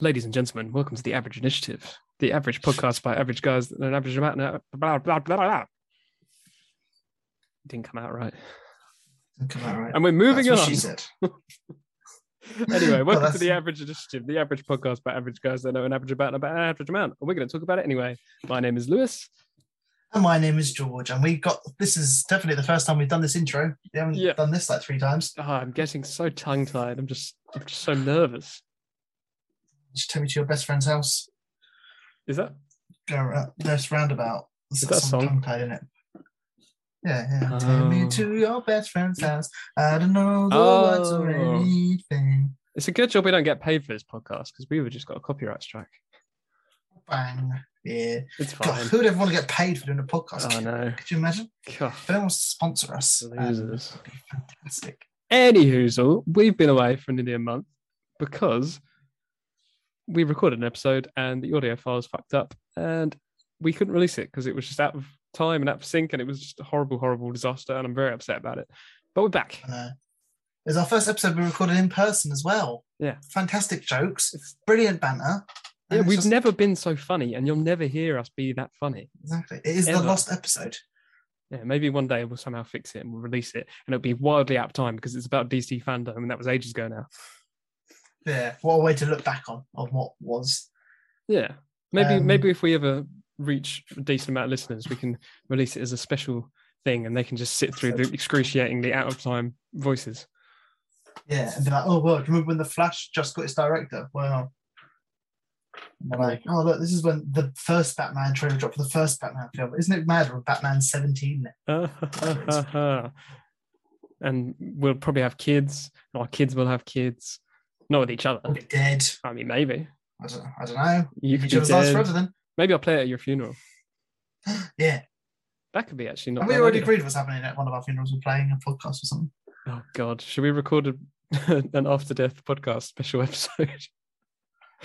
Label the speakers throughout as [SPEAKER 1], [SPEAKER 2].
[SPEAKER 1] Ladies and gentlemen, welcome to the Average Initiative, the average podcast by average guys that know an average amount. Blah, blah, blah, blah, blah. Didn't come out right.
[SPEAKER 2] Come out right.
[SPEAKER 1] And we're moving
[SPEAKER 2] That's what
[SPEAKER 1] on.
[SPEAKER 2] she said.
[SPEAKER 1] anyway,
[SPEAKER 2] Well,
[SPEAKER 1] welcome to
[SPEAKER 2] that's-
[SPEAKER 1] the Average Initiative, the average podcast by average guys that know an average about about an average amount. And we're going to talk about it anyway. My name is Lewis.
[SPEAKER 2] And my name is George, and we've got this is definitely the first time we've done this intro. We haven't
[SPEAKER 1] Yeah.
[SPEAKER 2] done this like three times.
[SPEAKER 1] Oh, I'm getting so tongue tied. I'm just, I'm just so nervous.
[SPEAKER 2] Just take me to your best friend's house.
[SPEAKER 1] Is that?
[SPEAKER 2] Go around this roundabout. It's
[SPEAKER 1] Is
[SPEAKER 2] got
[SPEAKER 1] that a
[SPEAKER 2] some
[SPEAKER 1] song?
[SPEAKER 2] tongue tied in it. Yeah, yeah. Take me
[SPEAKER 1] Oh.
[SPEAKER 2] to your best friend's house. I don't know the words or
[SPEAKER 1] Oh.
[SPEAKER 2] anything.
[SPEAKER 1] It's a good job we don't get paid for this podcast because we would have just got a copyright strike.
[SPEAKER 2] Bang. Yeah.
[SPEAKER 1] It's
[SPEAKER 2] God,
[SPEAKER 1] fine.
[SPEAKER 2] who would ever want to get paid for doing a podcast?
[SPEAKER 1] Oh
[SPEAKER 2] could,
[SPEAKER 1] no.
[SPEAKER 2] could you imagine?
[SPEAKER 1] God,
[SPEAKER 2] If anyone wants to sponsor us, um,
[SPEAKER 1] losers.
[SPEAKER 2] it'd be fantastic.
[SPEAKER 1] Anywhoozle, we've been away for nearly a month because we recorded an episode and the audio files fucked up and we couldn't release it because it was just out of time and out of sync and it was just a horrible, horrible disaster and I'm very upset about it. But we're back.
[SPEAKER 2] I know. It was our first episode we recorded in person as well.
[SPEAKER 1] Yeah.
[SPEAKER 2] Fantastic jokes,
[SPEAKER 1] It's-
[SPEAKER 2] brilliant banter. and
[SPEAKER 1] yeah,
[SPEAKER 2] it's
[SPEAKER 1] we've
[SPEAKER 2] just-
[SPEAKER 1] never been so funny and you'll never hear us be that funny.
[SPEAKER 2] Exactly. It is the
[SPEAKER 1] ever.
[SPEAKER 2] lost episode.
[SPEAKER 1] Yeah, maybe one day we'll somehow fix it and we'll release it and it'll be wildly out of time because it's about DC fandom and that was ages ago now.
[SPEAKER 2] Yeah. What a way to look back on on what was.
[SPEAKER 1] Yeah. Maybe
[SPEAKER 2] Um,
[SPEAKER 1] maybe if we ever reach a decent amount of listeners, we can release it as a special thing and they can just sit through the excruciatingly out of time voices.
[SPEAKER 2] Yeah. And be like, oh well, remember when the Flash just got its director? Wow. And they're like, oh look, this is when the first Batman trailer dropped for the first Batman film. Isn't it mad when Batman's 17 now?
[SPEAKER 1] and we'll probably have kids. and Our kids will have kids. Not with each
[SPEAKER 2] I'll
[SPEAKER 1] other.
[SPEAKER 2] be dead.
[SPEAKER 1] I mean maybe.
[SPEAKER 2] I don't I don't know.
[SPEAKER 1] You
[SPEAKER 2] If
[SPEAKER 1] could
[SPEAKER 2] each
[SPEAKER 1] be
[SPEAKER 2] other's lives
[SPEAKER 1] dead.
[SPEAKER 2] forever then.
[SPEAKER 1] Maybe I'll play it at your funeral.
[SPEAKER 2] Yeah.
[SPEAKER 1] That could be actually not.
[SPEAKER 2] And we
[SPEAKER 1] bad
[SPEAKER 2] already
[SPEAKER 1] idea.
[SPEAKER 2] agreed what's happening at one of our funerals. We're playing a podcast or something.
[SPEAKER 1] Oh god. Should we record a, an after death podcast special episode?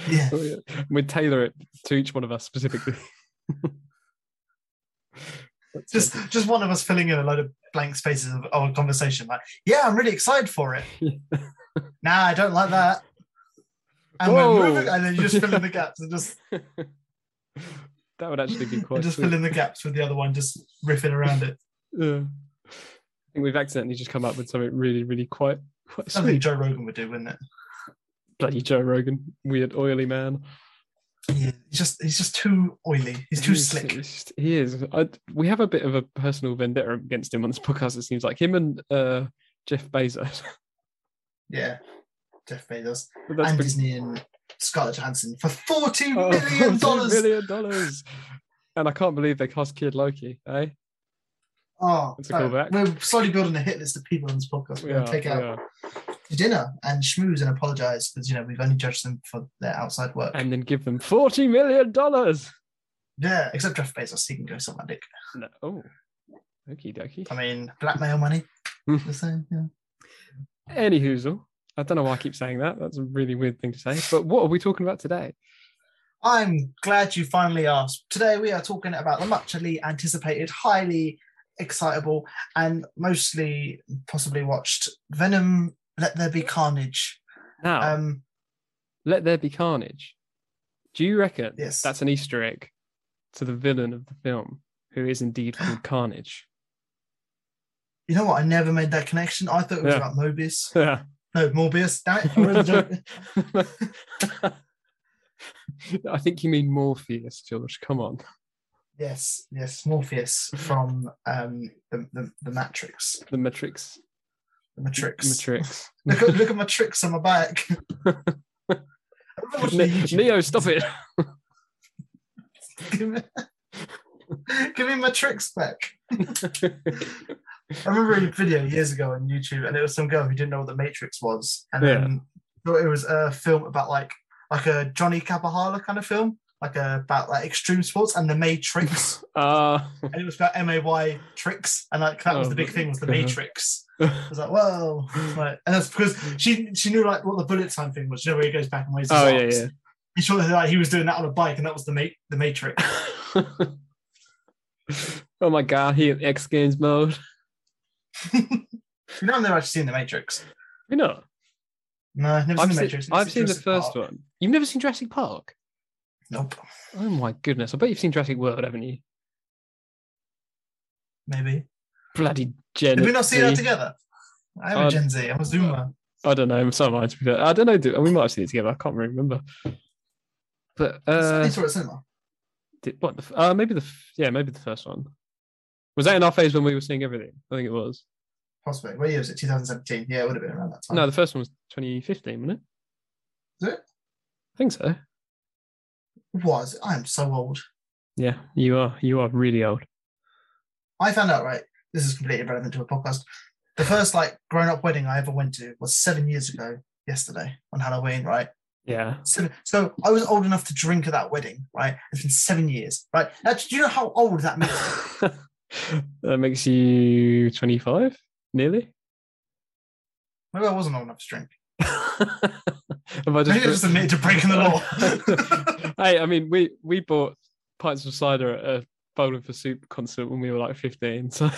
[SPEAKER 2] Yeah.
[SPEAKER 1] Oh, We'd tailor it to each one of us specifically. That's
[SPEAKER 2] just
[SPEAKER 1] it.
[SPEAKER 2] just one of us filling in a load of blank spaces of our conversation like yeah i'm really excited for it nah i don't like that and
[SPEAKER 1] Whoa.
[SPEAKER 2] we're moving and then you just fill in the gaps and just
[SPEAKER 1] that would actually be
[SPEAKER 2] and
[SPEAKER 1] quite.
[SPEAKER 2] just
[SPEAKER 1] sweet.
[SPEAKER 2] fill in the gaps with the other one just riffing around it
[SPEAKER 1] Yeah. I think we've accidentally just come up with something really, really quite quite
[SPEAKER 2] something
[SPEAKER 1] sweet.
[SPEAKER 2] joe rogan would do wouldn't it
[SPEAKER 1] Bloody Joe Rogan, weird oily man.
[SPEAKER 2] yeah he's just he's just too oily he's too
[SPEAKER 1] He's-
[SPEAKER 2] slick
[SPEAKER 1] he's just- He is. I, we have a bit of a personal vendetta against him on this podcast. It seems like him and uh, Jeff Bezos.
[SPEAKER 2] yeah jeff bezos
[SPEAKER 1] But that's
[SPEAKER 2] and
[SPEAKER 1] because-
[SPEAKER 2] disney and scarlett johansson for 40
[SPEAKER 1] Oh,
[SPEAKER 2] million dollars
[SPEAKER 1] $40 million dollars. And I can't believe they cast Kid Loki, eh?
[SPEAKER 2] oh
[SPEAKER 1] That's a
[SPEAKER 2] no,
[SPEAKER 1] callback.
[SPEAKER 2] we're slowly building a hit list of people on this podcast we're
[SPEAKER 1] We
[SPEAKER 2] going
[SPEAKER 1] are,
[SPEAKER 2] to take
[SPEAKER 1] we
[SPEAKER 2] out
[SPEAKER 1] are.
[SPEAKER 2] to dinner and schmooze and apologize because you know we've only judged them for their outside work.
[SPEAKER 1] And then give them forty million dollars.
[SPEAKER 2] yeah, except Jeff Bezos, he can go somewhere. Dick.
[SPEAKER 1] No. Oh. Okie dokie.
[SPEAKER 2] I mean, blackmail money.
[SPEAKER 1] Hmm.
[SPEAKER 2] the same. Yeah.
[SPEAKER 1] Anyhoozle. I don't know why I keep saying that. That's a really weird thing to say. But what are we talking about today?
[SPEAKER 2] I'm glad you finally asked. Today we are talking about the muchly anticipated, highly excitable, and mostly possibly watched Venom. Let there be carnage.
[SPEAKER 1] Now,
[SPEAKER 2] Um,
[SPEAKER 1] let there be carnage. Do you reckon
[SPEAKER 2] Yes.
[SPEAKER 1] that's an Easter egg to the villain of the film, who is indeed called Carnage?
[SPEAKER 2] you know what? I never made that connection. I thought it was
[SPEAKER 1] Yeah.
[SPEAKER 2] about Mobius.
[SPEAKER 1] Yeah.
[SPEAKER 2] No, Morbius. Damn it! I really don't-
[SPEAKER 1] I think you mean Morpheus, George. Come on.
[SPEAKER 2] yes, yes, Morpheus from um, the, the the Matrix.
[SPEAKER 1] The Matrix.
[SPEAKER 2] The Matrix.
[SPEAKER 1] Matrix.
[SPEAKER 2] look, at, look at my tricks on my back. I remember watching a
[SPEAKER 1] Ne-
[SPEAKER 2] YouTube-
[SPEAKER 1] Neo, stop it.
[SPEAKER 2] Give me, give me my tricks back. I remember a video years ago on YouTube, and it was some girl who didn't know what the Matrix was, and then thought it was a film about like like a Johnny Capahala kind of film, like a, about like extreme sports and the Matrix,
[SPEAKER 1] Uh,
[SPEAKER 2] and it was about M A Y tricks, and like that was
[SPEAKER 1] Oh,
[SPEAKER 2] the big thing was the
[SPEAKER 1] God.
[SPEAKER 2] Matrix. I was like, whoa. Like, and that's because she she knew like what the bullet time thing was. You know where he goes back and waves his
[SPEAKER 1] oh, yeah,
[SPEAKER 2] arms?
[SPEAKER 1] yeah.
[SPEAKER 2] He sure like he was doing that on a bike, and that was the mate the Matrix.
[SPEAKER 1] oh my god, he in X Games mode.
[SPEAKER 2] you know, I've never actually seen the Matrix.
[SPEAKER 1] You know,
[SPEAKER 2] No, I've never
[SPEAKER 1] I've
[SPEAKER 2] seen the
[SPEAKER 1] seen,
[SPEAKER 2] Matrix.
[SPEAKER 1] I've seen the
[SPEAKER 2] Jurassic
[SPEAKER 1] first
[SPEAKER 2] Park.
[SPEAKER 1] one. You've never seen Jurassic Park?
[SPEAKER 2] Nope.
[SPEAKER 1] Oh my goodness! I bet you've seen Jurassic World, haven't you?
[SPEAKER 2] Maybe.
[SPEAKER 1] Bloody Gen.
[SPEAKER 2] Did we not see that
[SPEAKER 1] Z.
[SPEAKER 2] together? I'm
[SPEAKER 1] Uh,
[SPEAKER 2] a Gen Z. I'm a Zoomer.
[SPEAKER 1] I don't know. Some might be fair. I don't know. do- We might have seen it together. I can't really remember. But
[SPEAKER 2] Uh,
[SPEAKER 1] uh,
[SPEAKER 2] saw it at cinema.
[SPEAKER 1] did, what? The, f- uh, maybe the f- yeah, maybe the first one. Was that in our phase when we were seeing everything? I think it was.
[SPEAKER 2] Possibly. What year was it? 2017. Yeah, it would have been around that time.
[SPEAKER 1] No, the first one was 2015, wasn't it?
[SPEAKER 2] Was it?
[SPEAKER 1] I think so.
[SPEAKER 2] It was. I'm so old.
[SPEAKER 1] Yeah, you are. You are really old.
[SPEAKER 2] I found out, right? This is completely irrelevant to a podcast. The first like grown up wedding I ever went to was seven years ago yesterday on Halloween, right?
[SPEAKER 1] Yeah.
[SPEAKER 2] Seven. So I was old enough to drink at that wedding, right? It's been seven years, right? Now, do you know how old that makes? me?
[SPEAKER 1] that makes you 25, nearly.
[SPEAKER 2] Maybe I wasn't old enough to drink.
[SPEAKER 1] Have I
[SPEAKER 2] Maybe I
[SPEAKER 1] bro-
[SPEAKER 2] just admitted to breaking the law.
[SPEAKER 1] hey, I mean, we we bought pints of cider at a Bowling for Soup concert when we were like 15. So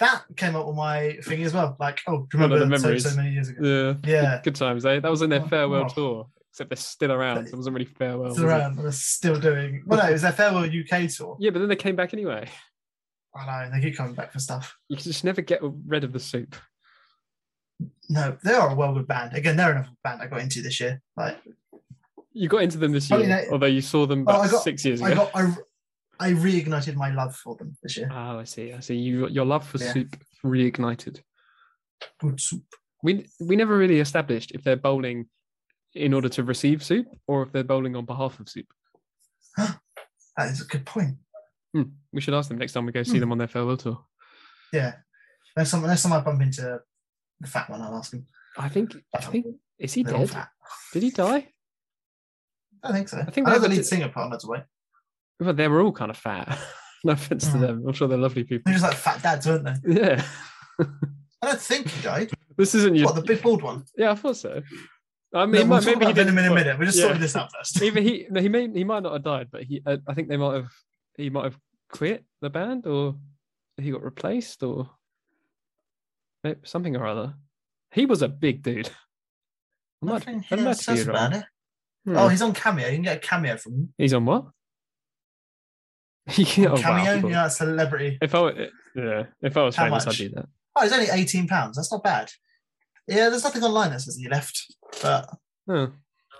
[SPEAKER 2] that came up on my thing as well. Like, oh, do you
[SPEAKER 1] One of the
[SPEAKER 2] remember so,
[SPEAKER 1] memories.
[SPEAKER 2] so many years ago?
[SPEAKER 1] yeah,
[SPEAKER 2] Yeah.
[SPEAKER 1] good times. Eh? That was in their
[SPEAKER 2] Oh,
[SPEAKER 1] farewell
[SPEAKER 2] oh.
[SPEAKER 1] tour. Except they're still around.
[SPEAKER 2] But-
[SPEAKER 1] It wasn't really farewell.
[SPEAKER 2] It's
[SPEAKER 1] was it?
[SPEAKER 2] around. They're still doing. Well, no, it was their farewell UK tour.
[SPEAKER 1] Yeah, but then they came back anyway.
[SPEAKER 2] I know they keep coming back for stuff.
[SPEAKER 1] You can just never get rid of the soup.
[SPEAKER 2] No, they are a well good band. Again, they're another band I got into this year. Like,
[SPEAKER 1] You got into them this
[SPEAKER 2] Oh,
[SPEAKER 1] year,
[SPEAKER 2] you know-
[SPEAKER 1] although you saw them
[SPEAKER 2] Oh,
[SPEAKER 1] about
[SPEAKER 2] I got-
[SPEAKER 1] six years ago.
[SPEAKER 2] I got I, I reignited my love for them this year.
[SPEAKER 1] Oh, I see. I see. You, your love for
[SPEAKER 2] Yeah.
[SPEAKER 1] soup reignited.
[SPEAKER 2] Good soup.
[SPEAKER 1] We we never really established if they're bowling in order to receive soup or if they're bowling on behalf of soup.
[SPEAKER 2] That is a good point.
[SPEAKER 1] Hmm. We should ask them next time we go see
[SPEAKER 2] Hmm.
[SPEAKER 1] them on their farewell tour.
[SPEAKER 2] Yeah. Next time, next time I bump into the fat one, I'll ask him.
[SPEAKER 1] I think. I think. Is he
[SPEAKER 2] They're all
[SPEAKER 1] dead?
[SPEAKER 2] fat.
[SPEAKER 1] Did he die?
[SPEAKER 2] I don't think so.
[SPEAKER 1] I think
[SPEAKER 2] I
[SPEAKER 1] they
[SPEAKER 2] know the
[SPEAKER 1] ever
[SPEAKER 2] lead
[SPEAKER 1] did-
[SPEAKER 2] singer partner's away.
[SPEAKER 1] Well, they were all kind of fat. no offense to
[SPEAKER 2] Hmm.
[SPEAKER 1] them. I'm sure they're lovely people.
[SPEAKER 2] They're just like fat dads, weren't they?
[SPEAKER 1] Yeah.
[SPEAKER 2] I don't think he died.
[SPEAKER 1] This isn't you.
[SPEAKER 2] What the big bald one?
[SPEAKER 1] Yeah, I thought so. I
[SPEAKER 2] No,
[SPEAKER 1] mean,
[SPEAKER 2] we'll
[SPEAKER 1] might-
[SPEAKER 2] talk
[SPEAKER 1] maybe he
[SPEAKER 2] about
[SPEAKER 1] didn't.
[SPEAKER 2] Venom in a
[SPEAKER 1] but
[SPEAKER 2] minute. We're just
[SPEAKER 1] yeah.
[SPEAKER 2] sorting this out first.
[SPEAKER 1] Either he, no, he may, he might not have died, but he, uh, I think they might have. He might have quit the band, or he got replaced, or eh, something or other. He was a big dude. I might,
[SPEAKER 2] Nothing
[SPEAKER 1] I
[SPEAKER 2] here
[SPEAKER 1] might
[SPEAKER 2] says
[SPEAKER 1] be
[SPEAKER 2] about
[SPEAKER 1] wrong.
[SPEAKER 2] it.
[SPEAKER 1] Hmm.
[SPEAKER 2] Oh, he's on cameo. You can get a cameo from him.
[SPEAKER 1] he's on what? yeah, oh, wow,
[SPEAKER 2] cameo,
[SPEAKER 1] cool.
[SPEAKER 2] yeah, celebrity.
[SPEAKER 1] If I, were- yeah, if I was
[SPEAKER 2] How
[SPEAKER 1] famous,
[SPEAKER 2] much?
[SPEAKER 1] I'd do that.
[SPEAKER 2] Oh, it's only eighteen pounds. That's not bad. Yeah, there's nothing online that says he left, but
[SPEAKER 1] Oh,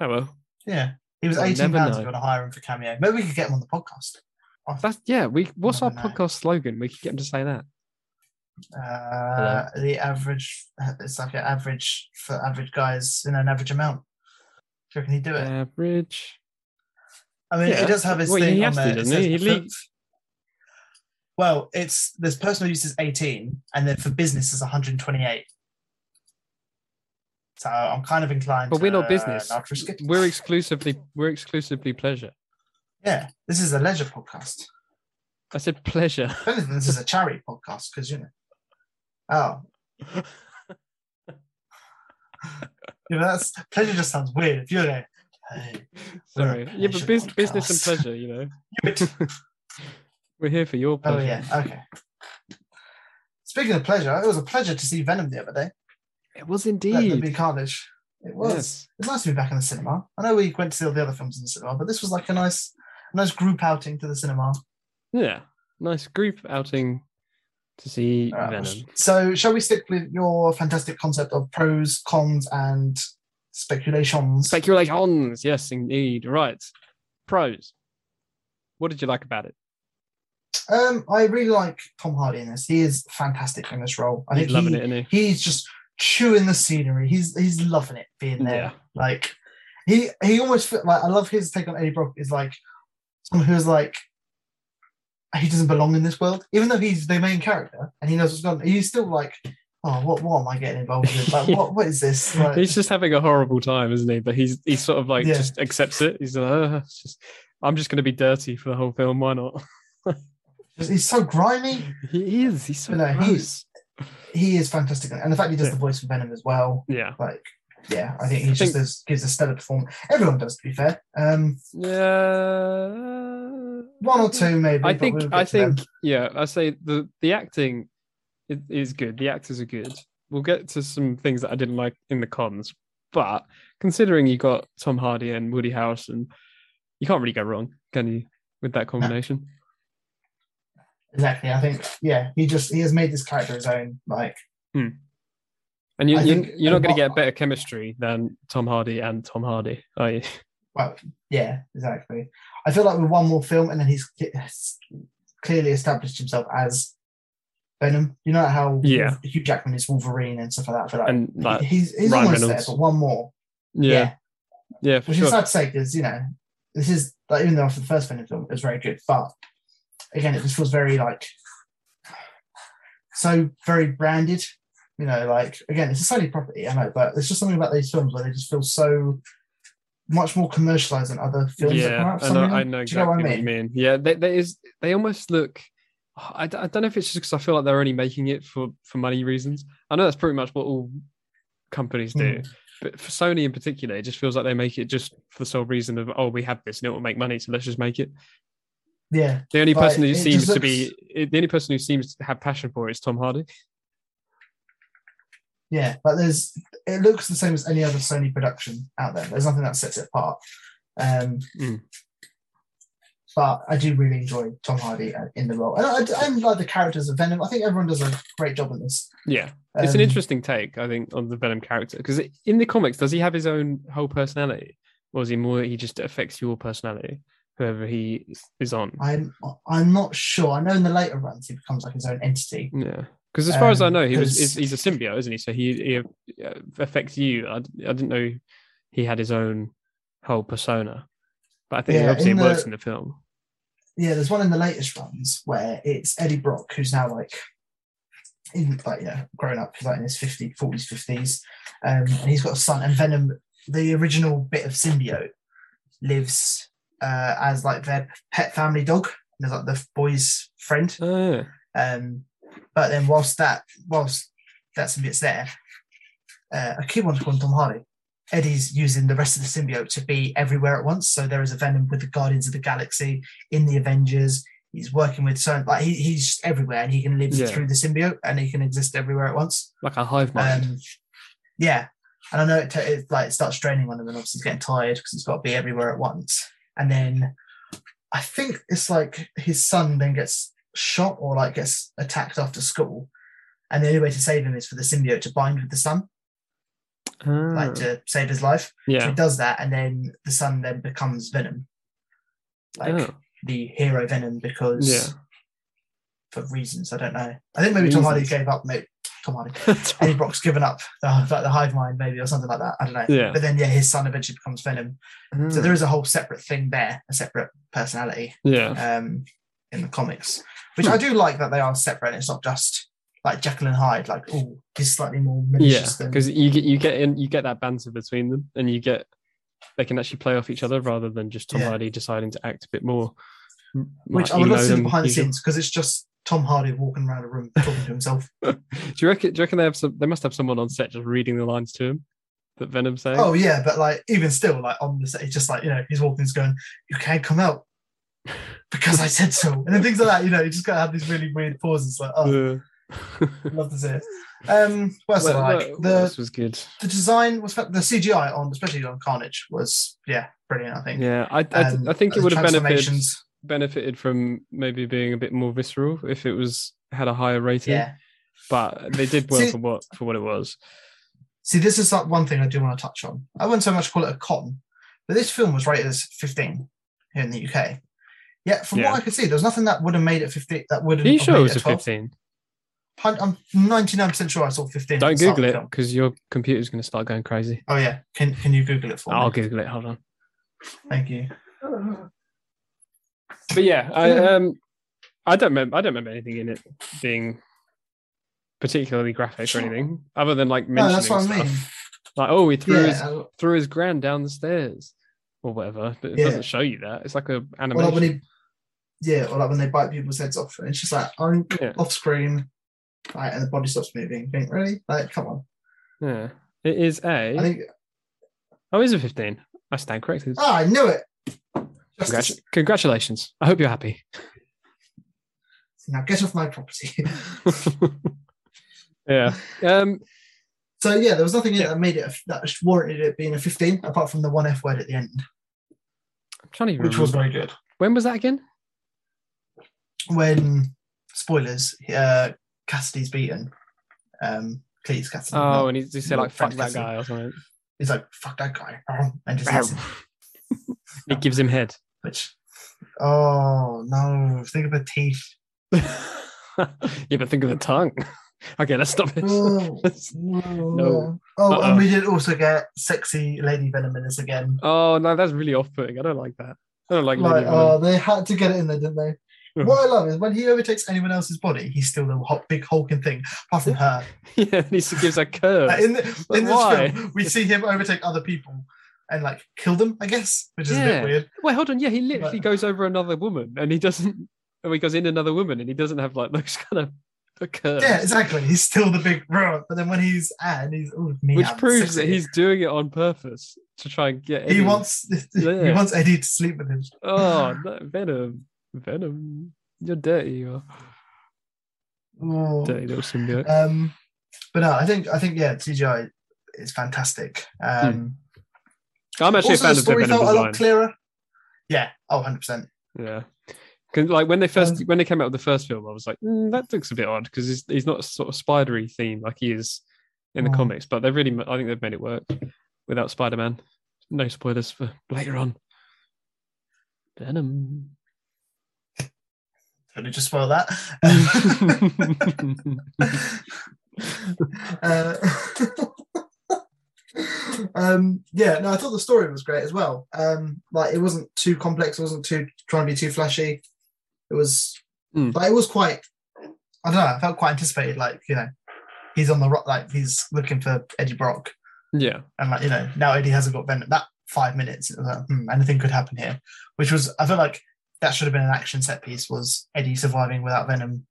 [SPEAKER 1] oh well.
[SPEAKER 2] yeah, he was
[SPEAKER 1] We'll
[SPEAKER 2] eighteen
[SPEAKER 1] never
[SPEAKER 2] pounds.
[SPEAKER 1] know.
[SPEAKER 2] If you want to hire him for cameo, maybe we could get him on the podcast.
[SPEAKER 1] That's yeah. We what's our
[SPEAKER 2] Never know.
[SPEAKER 1] podcast slogan? We could get him to say that.
[SPEAKER 2] Uh, the average, it's like an average for average guys in an average amount. Do you reckon he'd do it?
[SPEAKER 1] Average.
[SPEAKER 2] I mean,
[SPEAKER 1] yeah.
[SPEAKER 2] it does have his
[SPEAKER 1] Well, he
[SPEAKER 2] thing
[SPEAKER 1] has to,
[SPEAKER 2] on there. It
[SPEAKER 1] doesn't he?
[SPEAKER 2] says
[SPEAKER 1] He
[SPEAKER 2] for-
[SPEAKER 1] leaks.
[SPEAKER 2] Well, it's there's personal use is 18, and then for business is 128. So I'm kind of inclined.
[SPEAKER 1] But we're
[SPEAKER 2] to uh,
[SPEAKER 1] not business.
[SPEAKER 2] not risk it.
[SPEAKER 1] We're exclusively we're exclusively pleasure.
[SPEAKER 2] yeah, this is a leisure podcast.
[SPEAKER 1] I said pleasure.
[SPEAKER 2] If anything, this is a charity podcast because you know. Oh. yeah, but that's pleasure just sounds weird. If you're there, hey, We're a
[SPEAKER 1] Sorry. Yeah, but
[SPEAKER 2] pleasure
[SPEAKER 1] bus- business and
[SPEAKER 2] podcast.
[SPEAKER 1] pleasure, you know.
[SPEAKER 2] you bitch.
[SPEAKER 1] We're here for your
[SPEAKER 2] oh
[SPEAKER 1] pleasure.
[SPEAKER 2] yeah, okay. Speaking of pleasure, it was a pleasure to see Venom the other day.
[SPEAKER 1] It was
[SPEAKER 2] Let there
[SPEAKER 1] indeed.
[SPEAKER 2] be carnage. It was.
[SPEAKER 1] Yes.
[SPEAKER 2] it's nice to be back in the cinema. I know we went to see all the other films in the cinema, but this was like a nice, a nice group outing to the cinema.
[SPEAKER 1] Yeah. Nice group outing to see
[SPEAKER 2] Uh,
[SPEAKER 1] Venom.
[SPEAKER 2] So, shall we stick with your fantastic concept of pros, cons, and speculations?
[SPEAKER 1] Speculations, yes, indeed. Right. Pros. What did you like about it?
[SPEAKER 2] um, I really like Tom Hardy in this. He is fantastic in this role. I
[SPEAKER 1] He's
[SPEAKER 2] think
[SPEAKER 1] loving
[SPEAKER 2] he-
[SPEAKER 1] it, isn't he?
[SPEAKER 2] He's just chewing the scenery. He's he's loving it being there.
[SPEAKER 1] Yeah.
[SPEAKER 2] Like he he almost feel, like I love his take on Eddie Brock is like someone who's like he doesn't belong in this world, even though he's the main character and he knows what's going on. He's still like, oh, what what am I getting involved in? Like, what what is this? Like,
[SPEAKER 1] He's just having a horrible time, isn't he? But he's he's sort of like
[SPEAKER 2] Yeah.
[SPEAKER 1] just accepts it. He's like, "Ugh, it's just, I'm just going to be dirty for the whole film. Why not?
[SPEAKER 2] just- he's so grimy.
[SPEAKER 1] He is. He's so
[SPEAKER 2] You know, he's-
[SPEAKER 1] gross.
[SPEAKER 2] He is fantastic, and the fact he does
[SPEAKER 1] Yeah.
[SPEAKER 2] the voice for Venom as well.
[SPEAKER 1] Yeah.
[SPEAKER 2] Like, yeah, I think he
[SPEAKER 1] I
[SPEAKER 2] just
[SPEAKER 1] think-
[SPEAKER 2] does, gives a stellar performance. Everyone does, to be fair. Um,
[SPEAKER 1] Yeah.
[SPEAKER 2] one or two maybe.
[SPEAKER 1] I
[SPEAKER 2] but
[SPEAKER 1] think
[SPEAKER 2] we'll get
[SPEAKER 1] I
[SPEAKER 2] to them.
[SPEAKER 1] think yeah, I say the the acting i- is good. The actors are good. We'll get to some things that I didn't like in the cons, But considering you got Tom Hardy and Woody Harrelson, you can't really go wrong, can you, with that combination?
[SPEAKER 2] Exactly. I think yeah, he just he has made this character his own. Like
[SPEAKER 1] And you,
[SPEAKER 2] I
[SPEAKER 1] you
[SPEAKER 2] think-
[SPEAKER 1] you're not
[SPEAKER 2] and
[SPEAKER 1] going
[SPEAKER 2] what-
[SPEAKER 1] to get better chemistry than Tom Hardy and Tom Hardy, are you?
[SPEAKER 2] Well, yeah, exactly. I feel like with one more film, and then he's c- clearly established himself as Venom. You know how
[SPEAKER 1] Yeah.
[SPEAKER 2] Hugh Jackman is Wolverine and stuff like that. I feel like,
[SPEAKER 1] And like,
[SPEAKER 2] he- he's he's
[SPEAKER 1] Ryan
[SPEAKER 2] almost
[SPEAKER 1] Reynolds.
[SPEAKER 2] there, but one more.
[SPEAKER 1] yeah, yeah, for
[SPEAKER 2] which
[SPEAKER 1] sure.
[SPEAKER 2] is sad to say because you know this is like even though after the first Venom film it was very good, but again it just feels very like so very branded. You know, like again, it's a Sony property, I know, but there's just something about these films where they just feel so much more commercialized than other films that come
[SPEAKER 1] yeah,
[SPEAKER 2] out. for
[SPEAKER 1] I
[SPEAKER 2] some
[SPEAKER 1] know,
[SPEAKER 2] reason.
[SPEAKER 1] I know
[SPEAKER 2] Do you know
[SPEAKER 1] exactly
[SPEAKER 2] what I
[SPEAKER 1] what you
[SPEAKER 2] mean?
[SPEAKER 1] mean. Yeah, they, they is they almost look. I, d- I don't know if it's just because I feel like they're only making it for for money reasons. I know that's pretty much what all companies do,
[SPEAKER 2] Hmm.
[SPEAKER 1] but for Sony in particular, it just feels like they make it just for the sole reason of oh we have this and it will make money, so let's just make it.
[SPEAKER 2] Yeah,
[SPEAKER 1] The only
[SPEAKER 2] Like,
[SPEAKER 1] person who
[SPEAKER 2] it
[SPEAKER 1] seems
[SPEAKER 2] just
[SPEAKER 1] to be the only person who seems to have passion for it is Tom Hardy.
[SPEAKER 2] yeah. But there's it looks the same as any other Sony production out there. There's nothing that sets it apart. Um,
[SPEAKER 1] Mm.
[SPEAKER 2] but I do really enjoy Tom Hardy uh, in the role, and I, I, I like the characters of Venom. I think everyone does a great job in this.
[SPEAKER 1] Yeah, it's an
[SPEAKER 2] Um,
[SPEAKER 1] interesting take, I think, on the Venom character because in the comics, does he have his own whole personality, or is he more he just affects your personality, whoever he is on?
[SPEAKER 2] I'm I'm not sure. I know in the later runs he becomes like his own entity.
[SPEAKER 1] Yeah, because as far as I
[SPEAKER 2] Um,
[SPEAKER 1] know, he was
[SPEAKER 2] 'cause-
[SPEAKER 1] he's, he's a symbiote, isn't he? So he, he uh, affects you. I, d- I didn't know he had his own whole persona, but I think
[SPEAKER 2] Yeah,
[SPEAKER 1] obviously it
[SPEAKER 2] in
[SPEAKER 1] works
[SPEAKER 2] the-
[SPEAKER 1] in the film.
[SPEAKER 2] Yeah, there's one in the latest runs where it's Eddie Brock who's now like. In, like yeah, grown up, he's like in his 50s, 40s, 50s. Um, and he's got a son, and Venom, the original bit of symbiote, lives uh, as like their pet family dog. And there's like the boy's friend,
[SPEAKER 1] Oh, yeah.
[SPEAKER 2] Um, but then whilst that whilst that's a bit's there, uh, I keep on calling Tom Hardy. Eddie's using the rest of the symbiote to be everywhere at once. So there is a Venom with the Guardians of the Galaxy in the Avengers. He's working with so like he, he's just everywhere and he can live
[SPEAKER 1] Yeah.
[SPEAKER 2] through the symbiote and he can exist everywhere at once.
[SPEAKER 1] like a hive mind.
[SPEAKER 2] Um, yeah, and I know it, t- it like starts draining one of them. Obviously, he's getting tired because he's got to be everywhere at once. And then I think it's like his son then gets shot or like gets attacked after school, and the only way to save him is for the symbiote to bind with the son,
[SPEAKER 1] Ah,
[SPEAKER 2] like uh, to save his life. So
[SPEAKER 1] Hmm. yeah.
[SPEAKER 2] he does that, and then the son then becomes Venom, like
[SPEAKER 1] Oh,
[SPEAKER 2] the hero Venom, because
[SPEAKER 1] yeah.
[SPEAKER 2] for reasons I don't know. I think maybe Tom Hardy
[SPEAKER 1] Reasons.
[SPEAKER 2] gave up. Mate, Tom Hardy. Eddie Brock's given up the, like the hive mind, maybe, or something like that. I don't know.
[SPEAKER 1] Yeah.
[SPEAKER 2] But then, yeah, his son eventually becomes Venom. So
[SPEAKER 1] Ah,
[SPEAKER 2] there is a whole separate thing there, a separate personality
[SPEAKER 1] Oh, yeah.
[SPEAKER 2] um, in the comics, which
[SPEAKER 1] Hmm.
[SPEAKER 2] I do like that they are separate. And it's not just like Jekyll and Hyde, like, oh, he's slightly more
[SPEAKER 1] Yeah,
[SPEAKER 2] malicious than.
[SPEAKER 1] because you get you get in you get that banter between them, and you get they can actually play off each other rather than just Tom
[SPEAKER 2] Yeah.
[SPEAKER 1] Hardy deciding to act a bit more. m-
[SPEAKER 2] Which
[SPEAKER 1] like
[SPEAKER 2] I would love to
[SPEAKER 1] emo
[SPEAKER 2] see the
[SPEAKER 1] than
[SPEAKER 2] behind the
[SPEAKER 1] usual.
[SPEAKER 2] scenes because it's just Tom Hardy walking around a room talking to himself.
[SPEAKER 1] Do you reckon? Do you reckon they have some? They must have someone on set just reading the lines to him that Venom's saying.
[SPEAKER 2] Oh, yeah, but like, even still, like, on the set, it's just like, you know, he's walking, he's going, you can't come out. Because I said so, and then things like that, you know, you just gotta have these really weird pauses, like, oh,
[SPEAKER 1] Yeah.
[SPEAKER 2] Love to see it. Um, what else did
[SPEAKER 1] Well,
[SPEAKER 2] I like?
[SPEAKER 1] well,
[SPEAKER 2] the
[SPEAKER 1] this was good.
[SPEAKER 2] the design was fa- the CGI on especially on Carnage was yeah brilliant. I think.
[SPEAKER 1] Yeah, I I,
[SPEAKER 2] Um,
[SPEAKER 1] I think it
[SPEAKER 2] the
[SPEAKER 1] would have benefited
[SPEAKER 2] transformations,
[SPEAKER 1] benefited from maybe being a bit more visceral if it was had a higher rating.
[SPEAKER 2] Yeah.
[SPEAKER 1] But they did well
[SPEAKER 2] See-
[SPEAKER 1] for what for what it was.
[SPEAKER 2] See, this is like one thing I do want to touch on. I wouldn't so much call it a con, but this film was rated as 15 here in the UK. Yet, from
[SPEAKER 1] Yeah.
[SPEAKER 2] what I could see, there was nothing that would have made it 15. That would have.
[SPEAKER 1] Are you sure it
[SPEAKER 2] made
[SPEAKER 1] was
[SPEAKER 2] it
[SPEAKER 1] a
[SPEAKER 2] 12.
[SPEAKER 1] fifteen?
[SPEAKER 2] Hun- I'm 99% sure I saw 15. at
[SPEAKER 1] Don't
[SPEAKER 2] the start of
[SPEAKER 1] Google
[SPEAKER 2] the
[SPEAKER 1] it
[SPEAKER 2] film.
[SPEAKER 1] because your computer's going to start going crazy.
[SPEAKER 2] Oh yeah, can can you Google it for
[SPEAKER 1] I'll
[SPEAKER 2] me?
[SPEAKER 1] Google it. Hold on.
[SPEAKER 2] Thank you.
[SPEAKER 1] But yeah, I
[SPEAKER 2] Yeah.
[SPEAKER 1] um, I don't remember. I don't remember anything in it being particularly graphic or
[SPEAKER 2] Sure.
[SPEAKER 1] anything, other than like
[SPEAKER 2] No,
[SPEAKER 1] mentioning
[SPEAKER 2] that's what
[SPEAKER 1] stuff.
[SPEAKER 2] I mean.
[SPEAKER 1] Like, oh, he threw his
[SPEAKER 2] Yeah, uh,
[SPEAKER 1] threw his grand down the stairs or whatever. But it
[SPEAKER 2] Yeah.
[SPEAKER 1] doesn't show you that. It's like a
[SPEAKER 2] Or like
[SPEAKER 1] animation.
[SPEAKER 2] when he, yeah, or like when they bite people's heads off, and it's just like I'm
[SPEAKER 1] Yeah.
[SPEAKER 2] off screen, right, and the body stops moving. You Think really? Like, come on.
[SPEAKER 1] yeah, it is a.
[SPEAKER 2] I think.
[SPEAKER 1] oh, it is a fifteen. I stand corrected.
[SPEAKER 2] Ah, I knew it.
[SPEAKER 1] Congratu-
[SPEAKER 2] Justice.
[SPEAKER 1] Congratulations. I hope you're happy.
[SPEAKER 2] Now get off my property.
[SPEAKER 1] yeah. Um,
[SPEAKER 2] So yeah, there was nothing in it that made it that warranted it being a 15, apart from the one F word at the end,
[SPEAKER 1] I'm trying to even
[SPEAKER 2] which was
[SPEAKER 1] remember.
[SPEAKER 2] very good.
[SPEAKER 1] when was that again?
[SPEAKER 2] When spoilers, uh, Cassidy's beaten, um, Cleese Cassidy.
[SPEAKER 1] Oh,
[SPEAKER 2] not-
[SPEAKER 1] and he just said
[SPEAKER 2] not
[SPEAKER 1] like "fuck
[SPEAKER 2] French
[SPEAKER 1] that
[SPEAKER 2] Cassidy.
[SPEAKER 1] guy" or something.
[SPEAKER 2] he's like fuck that guy, and just eats him,
[SPEAKER 1] He gives him head.
[SPEAKER 2] which oh no, think of the teeth.
[SPEAKER 1] yeah, but think of the tongue. okay, let's stop it.
[SPEAKER 2] Oh,
[SPEAKER 1] No. Uh-uh.
[SPEAKER 2] Oh,
[SPEAKER 1] Uh-oh.
[SPEAKER 2] and we did also get sexy Lady Venom in this again.
[SPEAKER 1] Oh no, that's really off-putting. I don't like that. I don't like.
[SPEAKER 2] Like,
[SPEAKER 1] Lady
[SPEAKER 2] oh,
[SPEAKER 1] Venom.
[SPEAKER 2] they had to get it in there, didn't they? what I love is when he overtakes anyone else's body, he's still the hot, big hulking thing, apart from her.
[SPEAKER 1] yeah, he gives a curve.
[SPEAKER 2] Like, in the,
[SPEAKER 1] But
[SPEAKER 2] in this
[SPEAKER 1] why?
[SPEAKER 2] film, we see him overtake other people and like kill them, I guess, which is a
[SPEAKER 1] Yeah.
[SPEAKER 2] bit weird.
[SPEAKER 1] Wait, hold on. Yeah, he literally
[SPEAKER 2] But-
[SPEAKER 1] goes over another woman, and he doesn't. Or he goes in another woman, and he doesn't have like those kind of the curves.
[SPEAKER 2] Yeah, exactly. He's still the big bro, but then when he's and he's ooh, me,
[SPEAKER 1] which
[SPEAKER 2] I'm
[SPEAKER 1] proves
[SPEAKER 2] sexy.
[SPEAKER 1] that he's doing it on purpose to try and get.
[SPEAKER 2] he
[SPEAKER 1] Eddie.
[SPEAKER 2] wants he
[SPEAKER 1] Yeah.
[SPEAKER 2] wants Eddie to sleep with him.
[SPEAKER 1] Oh, no, Venom! Venom, you're dirty. You're
[SPEAKER 2] Ooh.
[SPEAKER 1] dirty little symbiote.
[SPEAKER 2] Um, but no, I think I think yeah, CGI is fantastic. Um,
[SPEAKER 1] Hmm. I'm actually
[SPEAKER 2] also,
[SPEAKER 1] a fan of
[SPEAKER 2] the
[SPEAKER 1] the
[SPEAKER 2] story
[SPEAKER 1] Venom
[SPEAKER 2] felt a
[SPEAKER 1] design.
[SPEAKER 2] lot clearer. Yeah, oh, 100 percent.
[SPEAKER 1] Yeah. 'Cause, Like when they first
[SPEAKER 2] Um,
[SPEAKER 1] when they came out with the first film, I was like, "Mm, that looks a bit odd because he's, he's not sort of spidery theme like he is in the
[SPEAKER 2] Mm.
[SPEAKER 1] comics. But they really, I think they've made it work without Spider Man. No spoilers for later on. Venom.
[SPEAKER 2] Totally just spoil
[SPEAKER 1] Hmm.
[SPEAKER 2] that.
[SPEAKER 1] yeah,
[SPEAKER 2] uh, um, yeah, no, I thought the story was great as well. Um, like it wasn't too complex, it wasn't too trying to be too flashy. It was
[SPEAKER 1] Mm.
[SPEAKER 2] like it was quite I don't know, I felt quite anticipated, like, you know, he's on the rock like he's looking for Eddie Brock. And like, you know, now Eddie hasn't got Venom. That five minutes, it was like, hmm, anything could happen here. Which was I felt like that should have been an action set piece was Eddie surviving without Venom.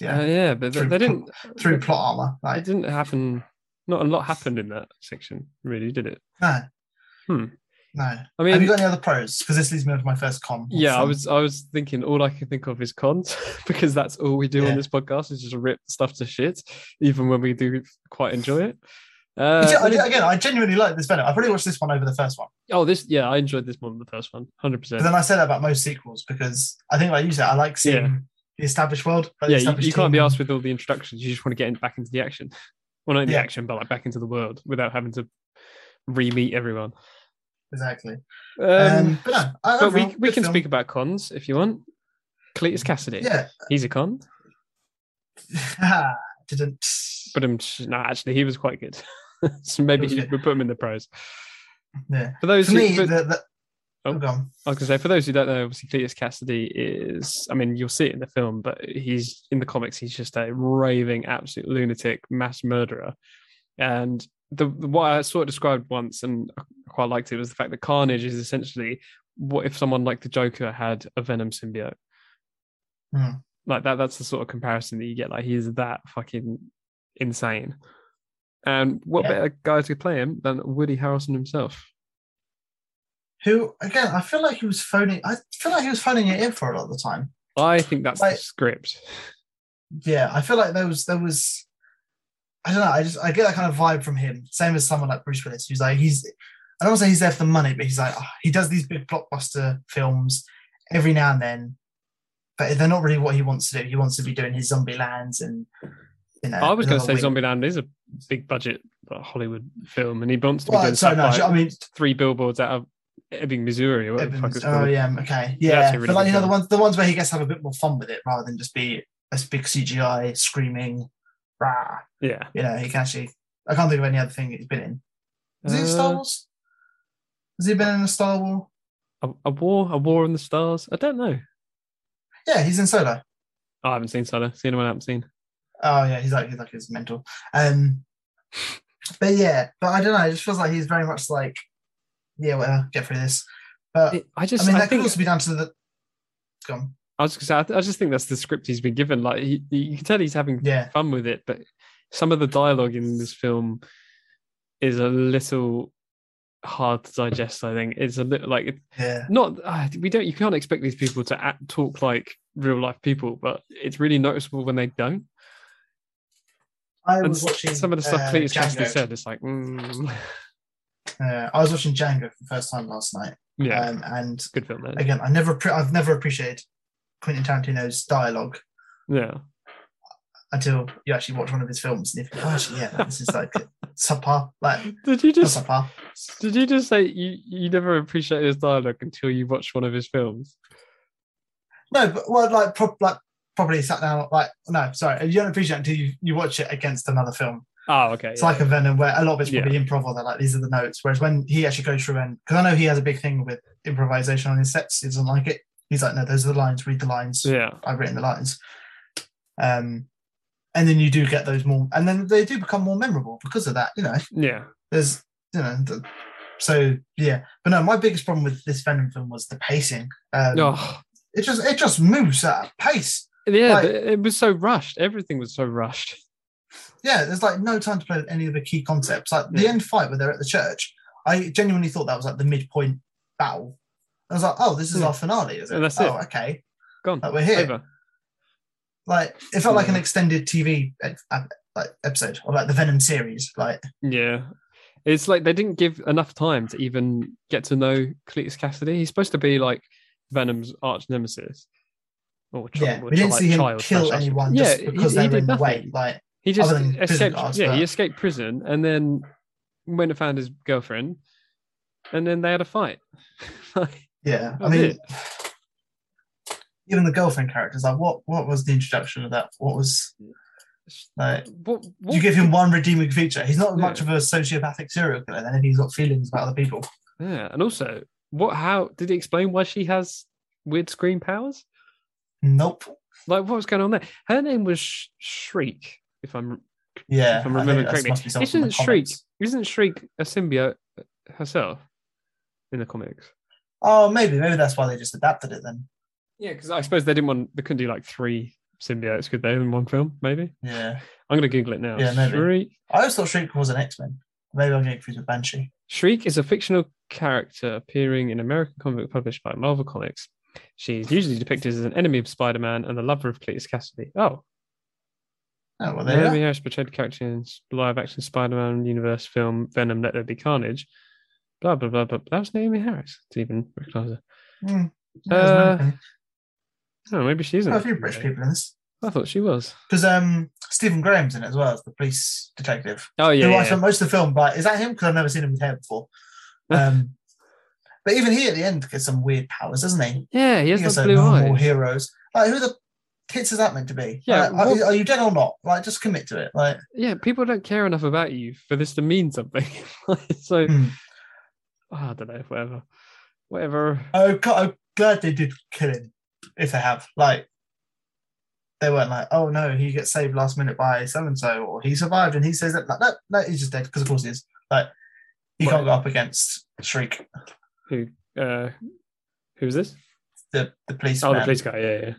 [SPEAKER 2] Yeah
[SPEAKER 1] yeah, Uh, yeah. But they,
[SPEAKER 2] Through
[SPEAKER 1] they
[SPEAKER 2] pl-
[SPEAKER 1] didn't.
[SPEAKER 2] through plot armor.
[SPEAKER 1] It
[SPEAKER 2] Like,
[SPEAKER 1] didn't happen. Not a lot happened in that section, really, did it?
[SPEAKER 2] no.
[SPEAKER 1] Hmm.
[SPEAKER 2] No.
[SPEAKER 1] I mean,
[SPEAKER 2] Have you got any other pros? Because this leads me on to my first con.
[SPEAKER 1] Yeah, I
[SPEAKER 2] From-
[SPEAKER 1] was I was thinking all I can think of is cons because that's all we do
[SPEAKER 2] Yeah.
[SPEAKER 1] on this podcast is just rip stuff to shit, even when we do quite enjoy it.
[SPEAKER 2] But
[SPEAKER 1] Uh,
[SPEAKER 2] yeah, I
[SPEAKER 1] let me-
[SPEAKER 2] ge- again, I genuinely like this Venom. I probably watched this one over the first one.
[SPEAKER 1] oh, this yeah, I enjoyed this more than the first one, hundred
[SPEAKER 2] But
[SPEAKER 1] percent.
[SPEAKER 2] then I said that about most sequels because I think, like you said, I like seeing
[SPEAKER 1] Yeah.
[SPEAKER 2] the established world. like the
[SPEAKER 1] Yeah, you,
[SPEAKER 2] established
[SPEAKER 1] you can't be
[SPEAKER 2] team.
[SPEAKER 1] asked with all the introductions. You just want to get in, back into the action, well, not in the
[SPEAKER 2] Yeah.
[SPEAKER 1] action, but like back into the world without having to re-meet everyone.
[SPEAKER 2] Exactly.
[SPEAKER 1] Um,
[SPEAKER 2] Um, but no, I,
[SPEAKER 1] but we
[SPEAKER 2] overall,
[SPEAKER 1] we
[SPEAKER 2] good
[SPEAKER 1] can
[SPEAKER 2] film.
[SPEAKER 1] speak about cons if you want. Cletus Cassidy,
[SPEAKER 2] Yeah.
[SPEAKER 1] he's a con,
[SPEAKER 2] Haha, Didn't.
[SPEAKER 1] but um, no, actually, he was quite good. so maybe
[SPEAKER 2] was
[SPEAKER 1] he,
[SPEAKER 2] good.
[SPEAKER 1] we put him in the pros.
[SPEAKER 2] Yeah.
[SPEAKER 1] For those
[SPEAKER 2] For
[SPEAKER 1] who,
[SPEAKER 2] me,
[SPEAKER 1] for-
[SPEAKER 2] the, the,
[SPEAKER 1] Oh.
[SPEAKER 2] oh. gone.
[SPEAKER 1] I was gonna say, for those who don't know, obviously Cletus Cassidy is, I mean, you'll see it in the film, but he's in the comics, he's just a raving, absolute lunatic, mass murderer. And the what I sort of described once and I quite liked it was the fact that Carnage is essentially what if someone like the Joker had a Venom symbiote?
[SPEAKER 2] Hmm.
[SPEAKER 1] Like that, that's the sort of comparison that you get. Like he's that fucking insane. And what
[SPEAKER 2] Yeah.
[SPEAKER 1] better guy to play him than Woody Harrelson himself?
[SPEAKER 2] Who, again, I feel like he was phoning, I feel like he was phoning it in for a lot of the time.
[SPEAKER 1] I think that's the
[SPEAKER 2] Like-
[SPEAKER 1] script.
[SPEAKER 2] yeah, I feel like there was there was I don't know, I just I get that kind of vibe from him. Same as someone like Bruce Willis, who's like he's I don't want to say he's there for the money, but he's like ah, he does these big blockbuster films every now and then, but they're not really what he wants to do. He wants to be doing his zombie lands and you know.
[SPEAKER 1] I was going to say
[SPEAKER 2] another weird-
[SPEAKER 1] Zombieland is a big budget Hollywood film, and he wants to be
[SPEAKER 2] Well,
[SPEAKER 1] doing
[SPEAKER 2] sorry,
[SPEAKER 1] stuff
[SPEAKER 2] no,
[SPEAKER 1] like
[SPEAKER 2] I mean
[SPEAKER 1] three billboards out of Ebbing, Missouri, or whatever the fuck
[SPEAKER 2] Evans-
[SPEAKER 1] it's
[SPEAKER 2] oh
[SPEAKER 1] called.
[SPEAKER 2] yeah, okay.
[SPEAKER 1] Yeah,
[SPEAKER 2] Yeah.
[SPEAKER 1] that's a really
[SPEAKER 2] but like
[SPEAKER 1] good
[SPEAKER 2] you know, the
[SPEAKER 1] film.
[SPEAKER 2] ones the ones where he gets to have a bit more fun with it rather than just be this big CGI screaming rah.
[SPEAKER 1] yeah.
[SPEAKER 2] You know, he can actually I can't think of any other thing he's been in. Is he in Star
[SPEAKER 1] Uh,
[SPEAKER 2] Wars? Has he been in a Star Wars?
[SPEAKER 1] a, Uh, a war, a war on the stars. I don't know.
[SPEAKER 2] Yeah, he's in Solo.
[SPEAKER 1] I haven't seen Solo. Seen one I haven't seen.
[SPEAKER 2] Oh yeah, he's like he's like his mentor. Um, but yeah, but I don't know. It just feels like he's very much like, yeah, whatever, get through this. But
[SPEAKER 1] It- I just,
[SPEAKER 2] I
[SPEAKER 1] I,
[SPEAKER 2] mean, that
[SPEAKER 1] think,
[SPEAKER 2] could also be down to the. Gone.
[SPEAKER 1] I was going to say, I, th- I just think that's the script he's been given. Like he, you can tell he's having
[SPEAKER 2] Yeah,
[SPEAKER 1] fun with it, but some of the dialogue in this film is a little hard to digest. I think it's a little like it,
[SPEAKER 2] yeah,
[SPEAKER 1] not uh, we don't you can't expect these people to act, talk like real life people but it's really noticeable when they don't
[SPEAKER 2] I
[SPEAKER 1] And s-
[SPEAKER 2] was watching
[SPEAKER 1] some of the stuff
[SPEAKER 2] uh,
[SPEAKER 1] Cletus Chastity
[SPEAKER 2] Django.
[SPEAKER 1] said, it's like, mm,
[SPEAKER 2] Uh, I was watching Django for the first time last night,
[SPEAKER 1] yeah,
[SPEAKER 2] um, and
[SPEAKER 1] good film, man.
[SPEAKER 2] again, I never, pre- I've never appreciated Quentin Tarantino's dialogue
[SPEAKER 1] Yeah,
[SPEAKER 2] until you actually watch one of his films, and you think, oh, actually, yeah, this is like subpar, like not
[SPEAKER 1] did you just
[SPEAKER 2] subpar.
[SPEAKER 1] did you just say you you never appreciated his dialogue until you watched one of his films?
[SPEAKER 2] No, but well, like, pro- like probably sat down, like, no, sorry, you don't appreciate it until you, you watch it against another film.
[SPEAKER 1] Oh, okay.
[SPEAKER 2] It's
[SPEAKER 1] yeah.
[SPEAKER 2] like a Venom where a lot of it's probably improv or they're like, these are the notes. Whereas when he actually goes through and, because I know he has a big thing with improvisation on his sets, he doesn't like it. He's like, no, those are the lines, read the lines.
[SPEAKER 1] yeah,
[SPEAKER 2] I've written the lines. Um, and then you do get those more, and then they do become more memorable because of that. You know,
[SPEAKER 1] yeah,
[SPEAKER 2] there's, you know, the, so yeah. But no, my biggest problem with this Venom film was the pacing. Um,
[SPEAKER 1] oh,
[SPEAKER 2] It just it just moves at a pace.
[SPEAKER 1] yeah.
[SPEAKER 2] like-
[SPEAKER 1] th- it was so rushed. Everything was so rushed.
[SPEAKER 2] Yeah, there's like no time to play with any of the key concepts. Like the
[SPEAKER 1] Yeah.
[SPEAKER 2] end fight where they're at the church, I genuinely thought that was like the midpoint battle. I was like, oh, this is
[SPEAKER 1] Hmm.
[SPEAKER 2] our finale, is it?
[SPEAKER 1] And that's
[SPEAKER 2] oh,
[SPEAKER 1] it.
[SPEAKER 2] okay.
[SPEAKER 1] Gone
[SPEAKER 2] Like we're here.
[SPEAKER 1] over.
[SPEAKER 2] Like it felt like an
[SPEAKER 1] Yeah.
[SPEAKER 2] extended TV ep- ep- like episode or like the Venom series. Like
[SPEAKER 1] Yeah. It's like they didn't give enough time to even get to know Cletus Cassidy. He's supposed to be like Venom's arch nemesis. Or chi-
[SPEAKER 2] yeah,
[SPEAKER 1] or
[SPEAKER 2] we didn't
[SPEAKER 1] chi-
[SPEAKER 2] see him
[SPEAKER 1] child
[SPEAKER 2] kill
[SPEAKER 1] slash husband.
[SPEAKER 2] anyone
[SPEAKER 1] Yeah,
[SPEAKER 2] just because
[SPEAKER 1] he,
[SPEAKER 2] they
[SPEAKER 1] he
[SPEAKER 2] were
[SPEAKER 1] did
[SPEAKER 2] in the
[SPEAKER 1] nothing.
[SPEAKER 2] way. Like,
[SPEAKER 1] he just
[SPEAKER 2] than prison
[SPEAKER 1] escaped.
[SPEAKER 2] guards,
[SPEAKER 1] yeah, he
[SPEAKER 2] but-
[SPEAKER 1] escaped prison and then went and found his girlfriend, and then they had a fight. Like,
[SPEAKER 2] yeah, I
[SPEAKER 1] That's
[SPEAKER 2] mean,
[SPEAKER 1] it.
[SPEAKER 2] even the girlfriend characters, like, what what was the introduction of that? What was like?
[SPEAKER 1] what, what,
[SPEAKER 2] You give him one redeeming feature. He's not
[SPEAKER 1] Yeah.
[SPEAKER 2] much of a sociopathic serial killer. Then if he's got feelings about other people,
[SPEAKER 1] yeah, and also, what? How did he explain why she has weird screen powers?
[SPEAKER 2] nope.
[SPEAKER 1] Like, what was going on there? Her name was Sh- Shriek, if I'm
[SPEAKER 2] Yeah,
[SPEAKER 1] if I'm
[SPEAKER 2] I think
[SPEAKER 1] remembering
[SPEAKER 2] that
[SPEAKER 1] correctly.
[SPEAKER 2] must be something from the
[SPEAKER 1] Isn't Shriek
[SPEAKER 2] comics.
[SPEAKER 1] isn't Shriek a symbiote herself in the comics?
[SPEAKER 2] Oh, maybe maybe that's why they just adapted it then.
[SPEAKER 1] Yeah, because I suppose they didn't want they couldn't do like three symbiotes, could they, in one film? Maybe
[SPEAKER 2] Yeah,
[SPEAKER 1] I'm gonna Google it now.
[SPEAKER 2] Yeah, maybe.
[SPEAKER 1] Shriek.
[SPEAKER 2] I always thought Shriek was an X Men. Maybe I'm getting confused with Banshee.
[SPEAKER 1] Shriek is a fictional character appearing in American comic book published by Marvel Comics. She's usually depicted as an enemy of Spider-Man and the lover of Cletus Cassidy. Oh,
[SPEAKER 2] Oh well, there.
[SPEAKER 1] Naomi
[SPEAKER 2] you
[SPEAKER 1] Harris portrayed the character in the live-action Spider-Man universe film Venom: Let There Be Carnage. Blah blah blah blah. That was Naomi Harris. To even recognize her.
[SPEAKER 2] are. Hmm. Yeah, there's
[SPEAKER 1] Uh,
[SPEAKER 2] nothing.
[SPEAKER 1] Oh, maybe she isn't.
[SPEAKER 2] Quite a few British people in this
[SPEAKER 1] I thought she was.
[SPEAKER 2] because um, Stephen Graham's in it as well as the police detective.
[SPEAKER 1] Oh yeah,
[SPEAKER 2] who I
[SPEAKER 1] yeah.
[SPEAKER 2] spent most of the film by. Is that him? Because I've never seen him with hair before. Um, but even he at the end gets some weird powers, doesn't he?
[SPEAKER 1] yeah. He
[SPEAKER 2] He
[SPEAKER 1] has
[SPEAKER 2] gets
[SPEAKER 1] the
[SPEAKER 2] like
[SPEAKER 1] blue
[SPEAKER 2] normal
[SPEAKER 1] eyes.
[SPEAKER 2] heroes. Like who the tits is that meant to be?
[SPEAKER 1] Yeah,
[SPEAKER 2] Like, are-
[SPEAKER 1] what-
[SPEAKER 2] are, you dead or not? Like just commit to it. Like
[SPEAKER 1] Yeah, people don't care enough about you for this to mean something. so
[SPEAKER 2] Hmm.
[SPEAKER 1] oh, I don't know. Whatever, whatever.
[SPEAKER 2] oh, God, I'm glad they did kill him. If they have, like they weren't like, oh no, he gets saved last minute by so and so, or he survived and he says that. Like no, no, he's just dead because of course he is. Like he
[SPEAKER 1] Right.
[SPEAKER 2] can't go up against Shriek,
[SPEAKER 1] Who? Uh, who's this?
[SPEAKER 2] the the police.
[SPEAKER 1] Oh, the police guy. Yeah, yeah.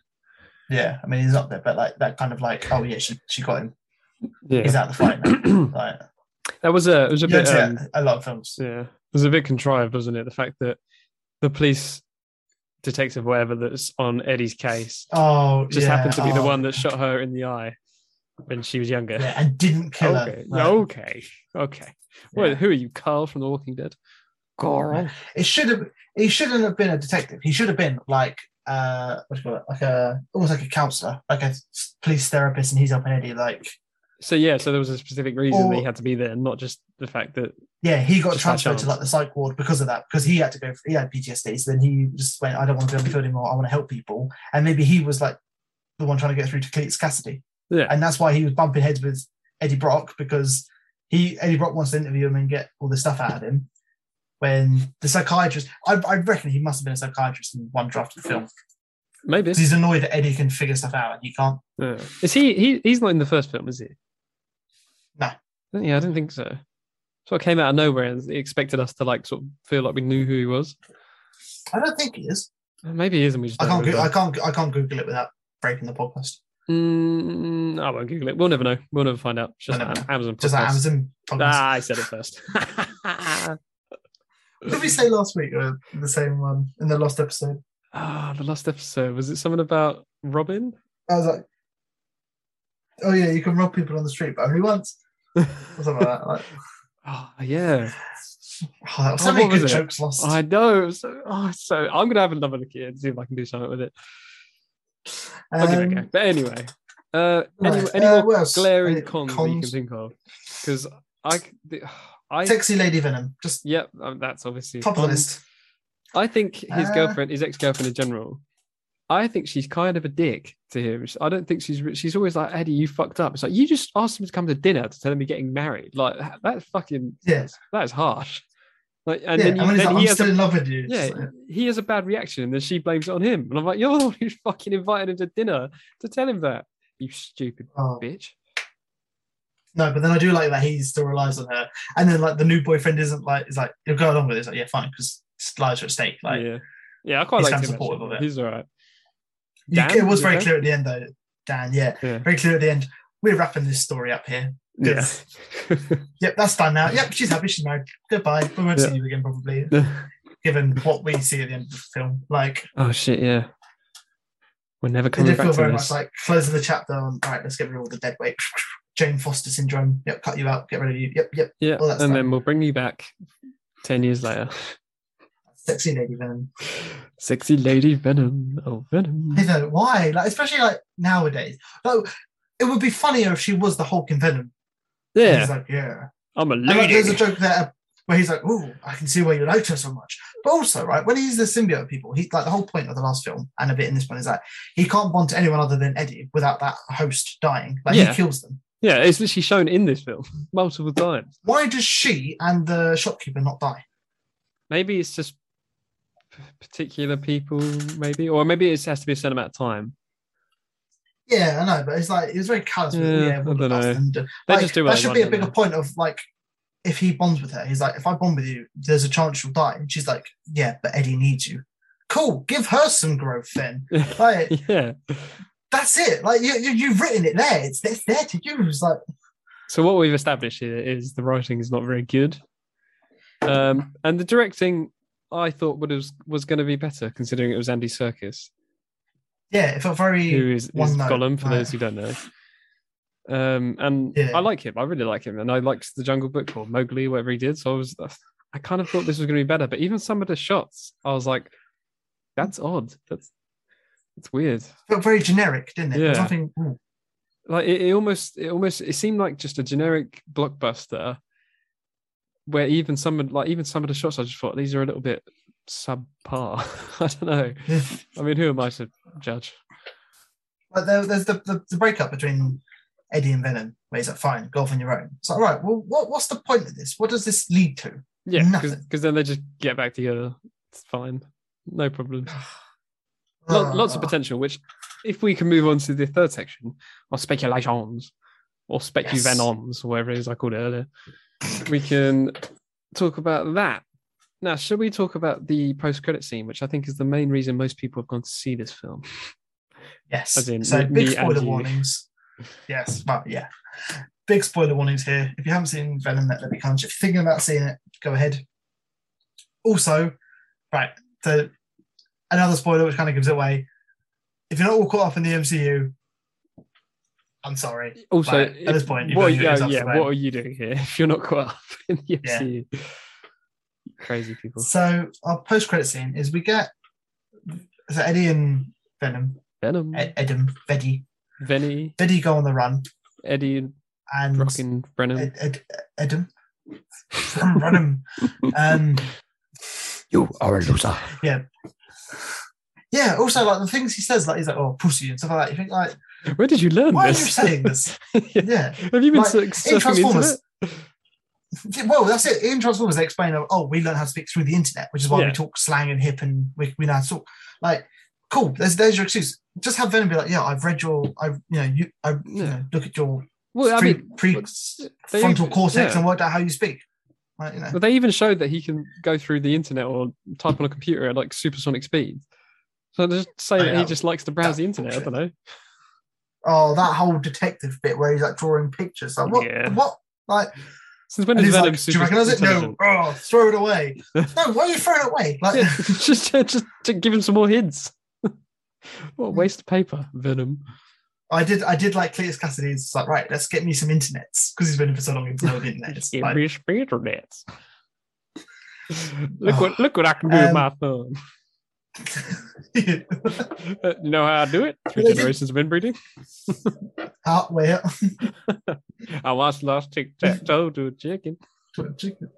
[SPEAKER 2] Yeah, I mean he's up there, but like that kind of like, oh yeah, she, she got him.
[SPEAKER 1] yeah.
[SPEAKER 2] He's out of the fight now. Like
[SPEAKER 1] that was a. It was a
[SPEAKER 2] you don't
[SPEAKER 1] bit.
[SPEAKER 2] see that
[SPEAKER 1] Um,
[SPEAKER 2] in a lot of films.
[SPEAKER 1] yeah, it was a bit contrived, wasn't it? The fact that the police detective, whatever, that's on Eddie's case,
[SPEAKER 2] Oh,
[SPEAKER 1] just
[SPEAKER 2] yeah,
[SPEAKER 1] happened to be the
[SPEAKER 2] oh,
[SPEAKER 1] one that shot her in the eye when she was younger.
[SPEAKER 2] Yeah, and didn't kill
[SPEAKER 1] okay. Oh,
[SPEAKER 2] her.
[SPEAKER 1] yeah,
[SPEAKER 2] Like,
[SPEAKER 1] okay. Okay. Well,
[SPEAKER 2] Yeah.
[SPEAKER 1] who are you, Carl from The Walking Dead? Carl.
[SPEAKER 2] It should have. He shouldn't have been a detective. He should have been like uh, what do you call it? Like a almost like a counselor, like a s- police therapist, and he's helping Eddie. Like
[SPEAKER 1] So yeah, so there was a specific reason that he
[SPEAKER 2] Or-
[SPEAKER 1] had to be there, not just the fact that
[SPEAKER 2] yeah, he got
[SPEAKER 1] Just by
[SPEAKER 2] transferred to
[SPEAKER 1] chance.
[SPEAKER 2] like the psych ward because of that, because he had to go. He had PTSD, so then he just went. I don't want to be on the field anymore. I want to help people, and maybe he was like the one trying to get through to Cletus Cassidy.
[SPEAKER 1] yeah,
[SPEAKER 2] and that's why he was bumping heads with Eddie Brock because he Eddie Brock wants to interview him and get all this stuff out of him. When the psychiatrist, I, I reckon he must have been a psychiatrist in one draft of the film
[SPEAKER 1] maybe.
[SPEAKER 2] 'Cause he's annoyed that Eddie can figure stuff out and he can't.
[SPEAKER 1] Yeah. Is he, he? He's not in the first film, is he?
[SPEAKER 2] No.
[SPEAKER 1] No. Yeah, I don't think so. Sort of came out of nowhere and he expected us to like sort of feel like we knew who he was. Uh,
[SPEAKER 2] I don't think he is.
[SPEAKER 1] Maybe he is, and we just
[SPEAKER 2] I
[SPEAKER 1] don't
[SPEAKER 2] can't. Go- I
[SPEAKER 1] remember.
[SPEAKER 2] can't. I can't Google it without breaking the podcast.
[SPEAKER 1] Mm, I won't Google it. We'll never know. We'll never find out. It's Just
[SPEAKER 2] We'll never
[SPEAKER 1] an Amazon.
[SPEAKER 2] Just
[SPEAKER 1] podcast.
[SPEAKER 2] like Amazon. Podcast.
[SPEAKER 1] Ah, I said it first.
[SPEAKER 2] What did we say last week? Or the same one in the last episode.
[SPEAKER 1] Ah, the last episode was it something about Robin?
[SPEAKER 2] I was like, oh yeah, you can rob people on the street, but only once. Or something like that. Like,
[SPEAKER 1] Oh, yeah.
[SPEAKER 2] oh, that was so
[SPEAKER 1] Oh,
[SPEAKER 2] many
[SPEAKER 1] what was
[SPEAKER 2] good
[SPEAKER 1] it?
[SPEAKER 2] jokes lost.
[SPEAKER 1] I know. it's So, oh, it's so I'm gonna have another look at it and see if I can do something with it. I'll give it a
[SPEAKER 2] Um,
[SPEAKER 1] go. But anyway, uh,
[SPEAKER 2] right,
[SPEAKER 1] any, any
[SPEAKER 2] uh,
[SPEAKER 1] more
[SPEAKER 2] what else?
[SPEAKER 1] glaring
[SPEAKER 2] Any
[SPEAKER 1] cons, that you can think of? Because I, c- the- I,
[SPEAKER 2] Sexy Lady Venom, just
[SPEAKER 1] yep, um, that's obviously a
[SPEAKER 2] top of the
[SPEAKER 1] con.
[SPEAKER 2] list.
[SPEAKER 1] I think his
[SPEAKER 2] Uh,
[SPEAKER 1] girlfriend, his ex-girlfriend in general, I think she's kind of a dick to him. She- I don't think she's. re- She's always like, Eddie, you fucked up. It's like you just asked him to come to dinner to tell him you're getting married. Like that- that's fucking.
[SPEAKER 2] Yeah.
[SPEAKER 1] that's- That's harsh. Like, and
[SPEAKER 2] yeah,
[SPEAKER 1] then, you,
[SPEAKER 2] I mean, he's
[SPEAKER 1] then
[SPEAKER 2] like,
[SPEAKER 1] he
[SPEAKER 2] I'm
[SPEAKER 1] has a
[SPEAKER 2] still in love with you. It's
[SPEAKER 1] yeah,
[SPEAKER 2] like,
[SPEAKER 1] he has a bad reaction, and then she blames it on him. And I'm like, you're the one who fucking invited him to dinner to tell him that, you stupid
[SPEAKER 2] oh.
[SPEAKER 1] bitch.
[SPEAKER 2] No, but then I do like that he still relies on her, and then like the new boyfriend isn't like is like he'll go along with it. It's like yeah, fine, because lives are at stake. Like
[SPEAKER 1] yeah, yeah, I quite
[SPEAKER 2] he's
[SPEAKER 1] like
[SPEAKER 2] kind
[SPEAKER 1] him.
[SPEAKER 2] of supportive
[SPEAKER 1] actually.
[SPEAKER 2] of it.
[SPEAKER 1] He's all right.
[SPEAKER 2] you-
[SPEAKER 1] Dan,
[SPEAKER 2] it was
[SPEAKER 1] you
[SPEAKER 2] very
[SPEAKER 1] okay?
[SPEAKER 2] clear at the end though, Dan. Yeah,
[SPEAKER 1] Yeah.
[SPEAKER 2] very clear at the end. We're wrapping this story up here.
[SPEAKER 1] Yeah.
[SPEAKER 2] Yep, that's done now. Yep, she's happy. She's married. Goodbye. We won't
[SPEAKER 1] Yeah.
[SPEAKER 2] see you again probably, given what we see at the end of the film. Like
[SPEAKER 1] oh shit, yeah. We're never
[SPEAKER 2] it
[SPEAKER 1] coming
[SPEAKER 2] did
[SPEAKER 1] back
[SPEAKER 2] feel
[SPEAKER 1] to
[SPEAKER 2] very
[SPEAKER 1] this.
[SPEAKER 2] much like closing the chapter on. All right, let's get rid of all the dead weight. Jane Foster syndrome. Yep, cut you out. Get rid of you. Yep, yep.
[SPEAKER 1] yeah,
[SPEAKER 2] all that
[SPEAKER 1] and
[SPEAKER 2] stuff.
[SPEAKER 1] then we'll bring you back ten years later.
[SPEAKER 2] Sexy lady venom.
[SPEAKER 1] Sexy lady venom. Oh venom.
[SPEAKER 2] I know why, like especially like nowadays. Like, it would be funnier if she was the Hulk in Venom. And
[SPEAKER 1] Yeah,
[SPEAKER 2] he's like, yeah.
[SPEAKER 1] I'm a
[SPEAKER 2] And, like, there's
[SPEAKER 1] lady.
[SPEAKER 2] a joke there uh, where he's like, "Ooh, I can see why you liked her so much." But also, right, when he's the symbiote people, he like the whole point of the last film and a bit in this one is that he can't bond to anyone other than Eddie without that host dying. Like
[SPEAKER 1] Yeah.
[SPEAKER 2] he kills them.
[SPEAKER 1] Yeah, it's literally shown in this film multiple times.
[SPEAKER 2] Why does she and the shopkeeper not die?
[SPEAKER 1] maybe it's just p- particular people, maybe, or maybe it has to be a certain amount of time.
[SPEAKER 2] Yeah, I know, but it's like it was very callous. with,
[SPEAKER 1] Yeah, I
[SPEAKER 2] all
[SPEAKER 1] dunno.
[SPEAKER 2] the dust and, uh,
[SPEAKER 1] They
[SPEAKER 2] like,
[SPEAKER 1] just do what
[SPEAKER 2] that
[SPEAKER 1] they
[SPEAKER 2] should
[SPEAKER 1] want,
[SPEAKER 2] be a
[SPEAKER 1] don't
[SPEAKER 2] bigger
[SPEAKER 1] they?
[SPEAKER 2] point of like if he bonds with her, he's like, if I bond with you, there's a chance you'll die. And she's like, Yeah, but Eddie needs you. Cool, give her some growth then. Like
[SPEAKER 1] yeah.
[SPEAKER 2] that's it. Like you, you you've written it there. It's it's there to use. Like
[SPEAKER 1] So what we've established here is the writing is not very good, um, and the directing I thought would was was going to be better considering it was Andy Circus
[SPEAKER 2] yeah, it felt very
[SPEAKER 1] who is, is
[SPEAKER 2] One note,
[SPEAKER 1] Gollum for
[SPEAKER 2] right.
[SPEAKER 1] those who don't know. Um, and
[SPEAKER 2] Yeah.
[SPEAKER 1] I like him. I really like him, and I liked the Jungle Book or Mowgli, whatever he did. So I was, I kind of thought this was going to be better. But even some of the shots, I was like, "That's odd. That's that's weird."
[SPEAKER 2] felt very generic, didn't it? There was
[SPEAKER 1] Yeah.
[SPEAKER 2] Nothing. ooh.
[SPEAKER 1] like it, it almost it almost it seemed like just a generic blockbuster where even some of like even some of the shots i just thought these are a little bit subpar i don't know
[SPEAKER 2] Yeah.
[SPEAKER 1] i mean who am i to judge
[SPEAKER 2] But there, there's the, the the breakup between Eddie and Venom, where he's like, "Fine, go off on your own." It's like, all right, well, what what's the point of this? What does this lead to?
[SPEAKER 1] yeah
[SPEAKER 2] Nothing.
[SPEAKER 1] because then they just get back together it's fine no problem Lo- lots of
[SPEAKER 2] Ah.
[SPEAKER 1] potential which if we can move on to the third section or speculations or specuvenons or whatever it is i called it earlier we can talk about that now should we talk about the post-credit scene which i think is the main reason most people have gone to see this film
[SPEAKER 2] Yes.
[SPEAKER 1] As in,
[SPEAKER 2] so
[SPEAKER 1] me-
[SPEAKER 2] big
[SPEAKER 1] me and
[SPEAKER 2] spoiler
[SPEAKER 1] you.
[SPEAKER 2] warnings. Yes, but yeah. Big spoiler warnings here. If you haven't seen Venom Let There Be Carnage, if you're thinking about seeing it, go ahead. Also, right, so another spoiler which kind of gives it away. If you're not all caught up in the MCU, I'm sorry.
[SPEAKER 1] also
[SPEAKER 2] Right, at
[SPEAKER 1] if-
[SPEAKER 2] this point, you've
[SPEAKER 1] what,
[SPEAKER 2] got your
[SPEAKER 1] yeah,
[SPEAKER 2] ears up
[SPEAKER 1] yeah,
[SPEAKER 2] for that.
[SPEAKER 1] what are you doing here if you're not caught up in the
[SPEAKER 2] Yeah.
[SPEAKER 1] MCU? crazy people
[SPEAKER 2] So our post-credit scene is we get so Eddie and Venom,
[SPEAKER 1] venom
[SPEAKER 2] Ed- Edom, Veddy,
[SPEAKER 1] venny
[SPEAKER 2] Veddy go on the run,
[SPEAKER 1] eddie and
[SPEAKER 2] and
[SPEAKER 1] rockin brennan
[SPEAKER 2] Ed, Ed, Edom, Venom, um,
[SPEAKER 1] you are a loser
[SPEAKER 2] Yeah, also like the things he says, like he's like, "Oh, pussy" and stuff like that. You think like,
[SPEAKER 1] where did you learn
[SPEAKER 2] why are you
[SPEAKER 1] this
[SPEAKER 2] saying this?
[SPEAKER 1] Yeah.
[SPEAKER 2] yeah.
[SPEAKER 1] Have you been
[SPEAKER 2] Like,
[SPEAKER 1] sur- surfing the
[SPEAKER 2] Transformers-
[SPEAKER 1] internet?
[SPEAKER 2] Well, that's it. In Transformers, they explain, "Oh, we learn how to speak through the internet, which is why
[SPEAKER 1] Yeah.
[SPEAKER 2] we talk slang and hip, and we, we know how to talk." Like, cool. There's there's your excuse. Just have Venom be like, "Yeah, I've read your, I, you know, you, I, you
[SPEAKER 1] Yeah.
[SPEAKER 2] know, look at your
[SPEAKER 1] Well, I
[SPEAKER 2] pre,
[SPEAKER 1] mean,
[SPEAKER 2] pre
[SPEAKER 1] they-
[SPEAKER 2] frontal cortex
[SPEAKER 1] yeah.
[SPEAKER 2] and worked out how you speak." Like, you know,
[SPEAKER 1] But they even showed that he can go through the internet or type on a computer at like supersonic speed. So just say
[SPEAKER 2] Oh,
[SPEAKER 1] that
[SPEAKER 2] yeah.
[SPEAKER 1] he just likes to browse the internet. I
[SPEAKER 2] bullshit.
[SPEAKER 1] don't know.
[SPEAKER 2] oh, that whole detective bit where he's like drawing pictures. Like, what,
[SPEAKER 1] Yeah.
[SPEAKER 2] what, like.
[SPEAKER 1] Since when
[SPEAKER 2] And
[SPEAKER 1] is
[SPEAKER 2] he's
[SPEAKER 1] Venom
[SPEAKER 2] like, do you
[SPEAKER 1] super
[SPEAKER 2] recognise it? No,
[SPEAKER 1] intelligent?
[SPEAKER 2] oh, throw it away. no, why are you throwing it away? Like,
[SPEAKER 1] Yeah, just, just, just give him some more hints. what a waste of paper, Venom.
[SPEAKER 2] I did. I did like Cletus Cassidy. It's like, right, let's get me some internets because he's been in for so long. He's no internets.
[SPEAKER 1] Give
[SPEAKER 2] Like,
[SPEAKER 1] me some internets. look what look what I can do with
[SPEAKER 2] Um,
[SPEAKER 1] my thumb. Uh,
[SPEAKER 2] Heart
[SPEAKER 1] you know how I do it? Through
[SPEAKER 2] Well, they did-
[SPEAKER 1] generations of inbreeding.
[SPEAKER 2] way up.
[SPEAKER 1] I once lost tic tac toe to a chicken.
[SPEAKER 2] to a chicken.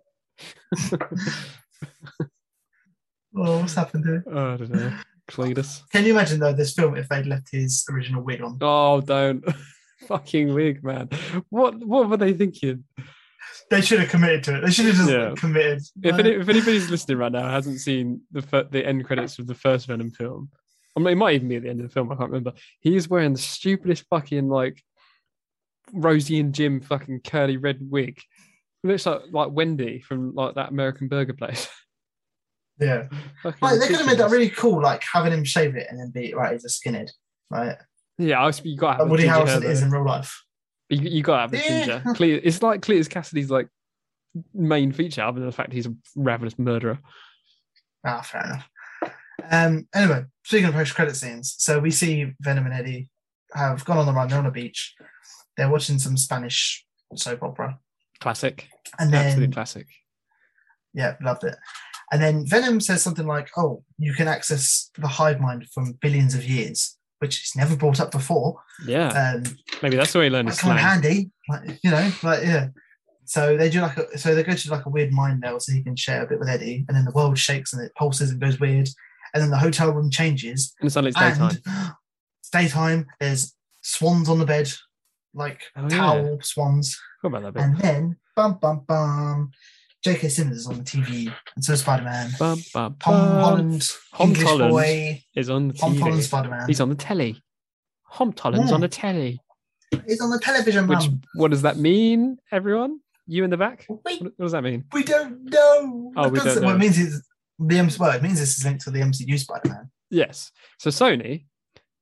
[SPEAKER 2] oh, what's happened here?
[SPEAKER 1] I don't know. Cletus.
[SPEAKER 2] Can you imagine though this film if they'd left his original wig on?
[SPEAKER 1] Oh, don't. Fucking wig, man. What what were they thinking?
[SPEAKER 2] They should have committed to it. They should have just
[SPEAKER 1] Yeah.
[SPEAKER 2] committed.
[SPEAKER 1] If,
[SPEAKER 2] Like,
[SPEAKER 1] any, if anybody's listening right now hasn't seen the fir- the end credits of the first Venom film, I mean, it might even be at the end of the film. I can't remember. He's wearing the stupidest fucking like Rosie and Jim fucking curly red wig. It looks like like Wendy from like that American burger place.
[SPEAKER 2] yeah,
[SPEAKER 1] Fucking
[SPEAKER 2] like, they could have made
[SPEAKER 1] ridiculous.
[SPEAKER 2] that really cool, like having him shave it and then be right. He's a skinhead, right?
[SPEAKER 1] Yeah, I was, you got to have
[SPEAKER 2] Like
[SPEAKER 1] the
[SPEAKER 2] Woody
[SPEAKER 1] ginger hair,
[SPEAKER 2] Harrelson is
[SPEAKER 1] though.
[SPEAKER 2] in real life.
[SPEAKER 1] You, you got to have the
[SPEAKER 2] Yeah.
[SPEAKER 1] ginger. Cle- it's like Cletus Cassidy's like main feature, other than the fact he's a ravenous murderer.
[SPEAKER 2] Ah, fair enough. Um, anyway, speaking of post credit scenes, so we see Venom and Eddie have gone on the run, they're on a beach. They're watching some Spanish soap opera.
[SPEAKER 1] Classic,
[SPEAKER 2] And then
[SPEAKER 1] absolute classic.
[SPEAKER 2] Yeah, loved it. And then Venom says something like, "Oh, you can access the hive mind from billions of years," which is never brought up before.
[SPEAKER 1] Yeah,
[SPEAKER 2] Um,
[SPEAKER 1] maybe that's the way he learned
[SPEAKER 2] that
[SPEAKER 1] his
[SPEAKER 2] come in
[SPEAKER 1] slang.
[SPEAKER 2] handy, like you know, like yeah. So they do like a, so they go to like a weird mind now, so he can share a bit with Eddie, and then the world shakes and it pulses and goes weird, and then the hotel room changes
[SPEAKER 1] And suddenly it's daytime.
[SPEAKER 2] and it's daytime. There's swans on the bed, like
[SPEAKER 1] Oh, yeah.
[SPEAKER 2] towel swans.
[SPEAKER 1] What about that bit?
[SPEAKER 2] And then, bum, bum, bum, J.K. Simmons is on the TV, and so is Spider Man.
[SPEAKER 1] Bum, bum,
[SPEAKER 2] Tom
[SPEAKER 1] bum.
[SPEAKER 2] Holland,
[SPEAKER 1] Tom
[SPEAKER 2] English
[SPEAKER 1] Holland.
[SPEAKER 2] boy,
[SPEAKER 1] is on the
[SPEAKER 2] Tom Holland
[SPEAKER 1] TV.
[SPEAKER 2] Spider Man.
[SPEAKER 1] He's on the telly. Hom Tolland's
[SPEAKER 2] Yeah.
[SPEAKER 1] on the telly.
[SPEAKER 2] He's on the television,
[SPEAKER 1] Which,
[SPEAKER 2] mum.
[SPEAKER 1] what does that mean, everyone? You in the back?
[SPEAKER 2] We,
[SPEAKER 1] What, what does that mean?
[SPEAKER 2] we don't know.
[SPEAKER 1] Oh,
[SPEAKER 2] It
[SPEAKER 1] we
[SPEAKER 2] doesn't-
[SPEAKER 1] don't
[SPEAKER 2] Well,
[SPEAKER 1] know.
[SPEAKER 2] it means it's the M- well, it means this is linked to the MCU Spider Man.
[SPEAKER 1] Yes. So Sony,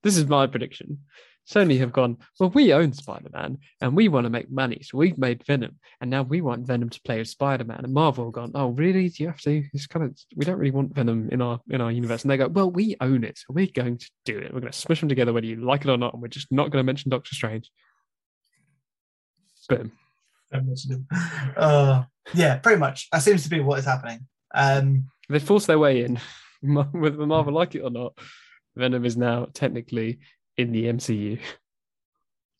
[SPEAKER 1] this is my prediction. Sony have gone, well, we own Spider Man and we want to make money. So we've made Venom and now we want Venom to play with Spider Man. And Marvel have gone, oh, really? Do you have to? It's kind of, we don't really want Venom in our in our universe. And they go, well, we own it. So we're going to do it. We're going to smush them together whether you like it or not. And we're just not going to mention Doctor Strange. Boom.
[SPEAKER 2] Uh, yeah, pretty much. That seems to be what is happening. Um,
[SPEAKER 1] They force their way in, Mar- whether Marvel like it or not. Venom is now technically in the MCU.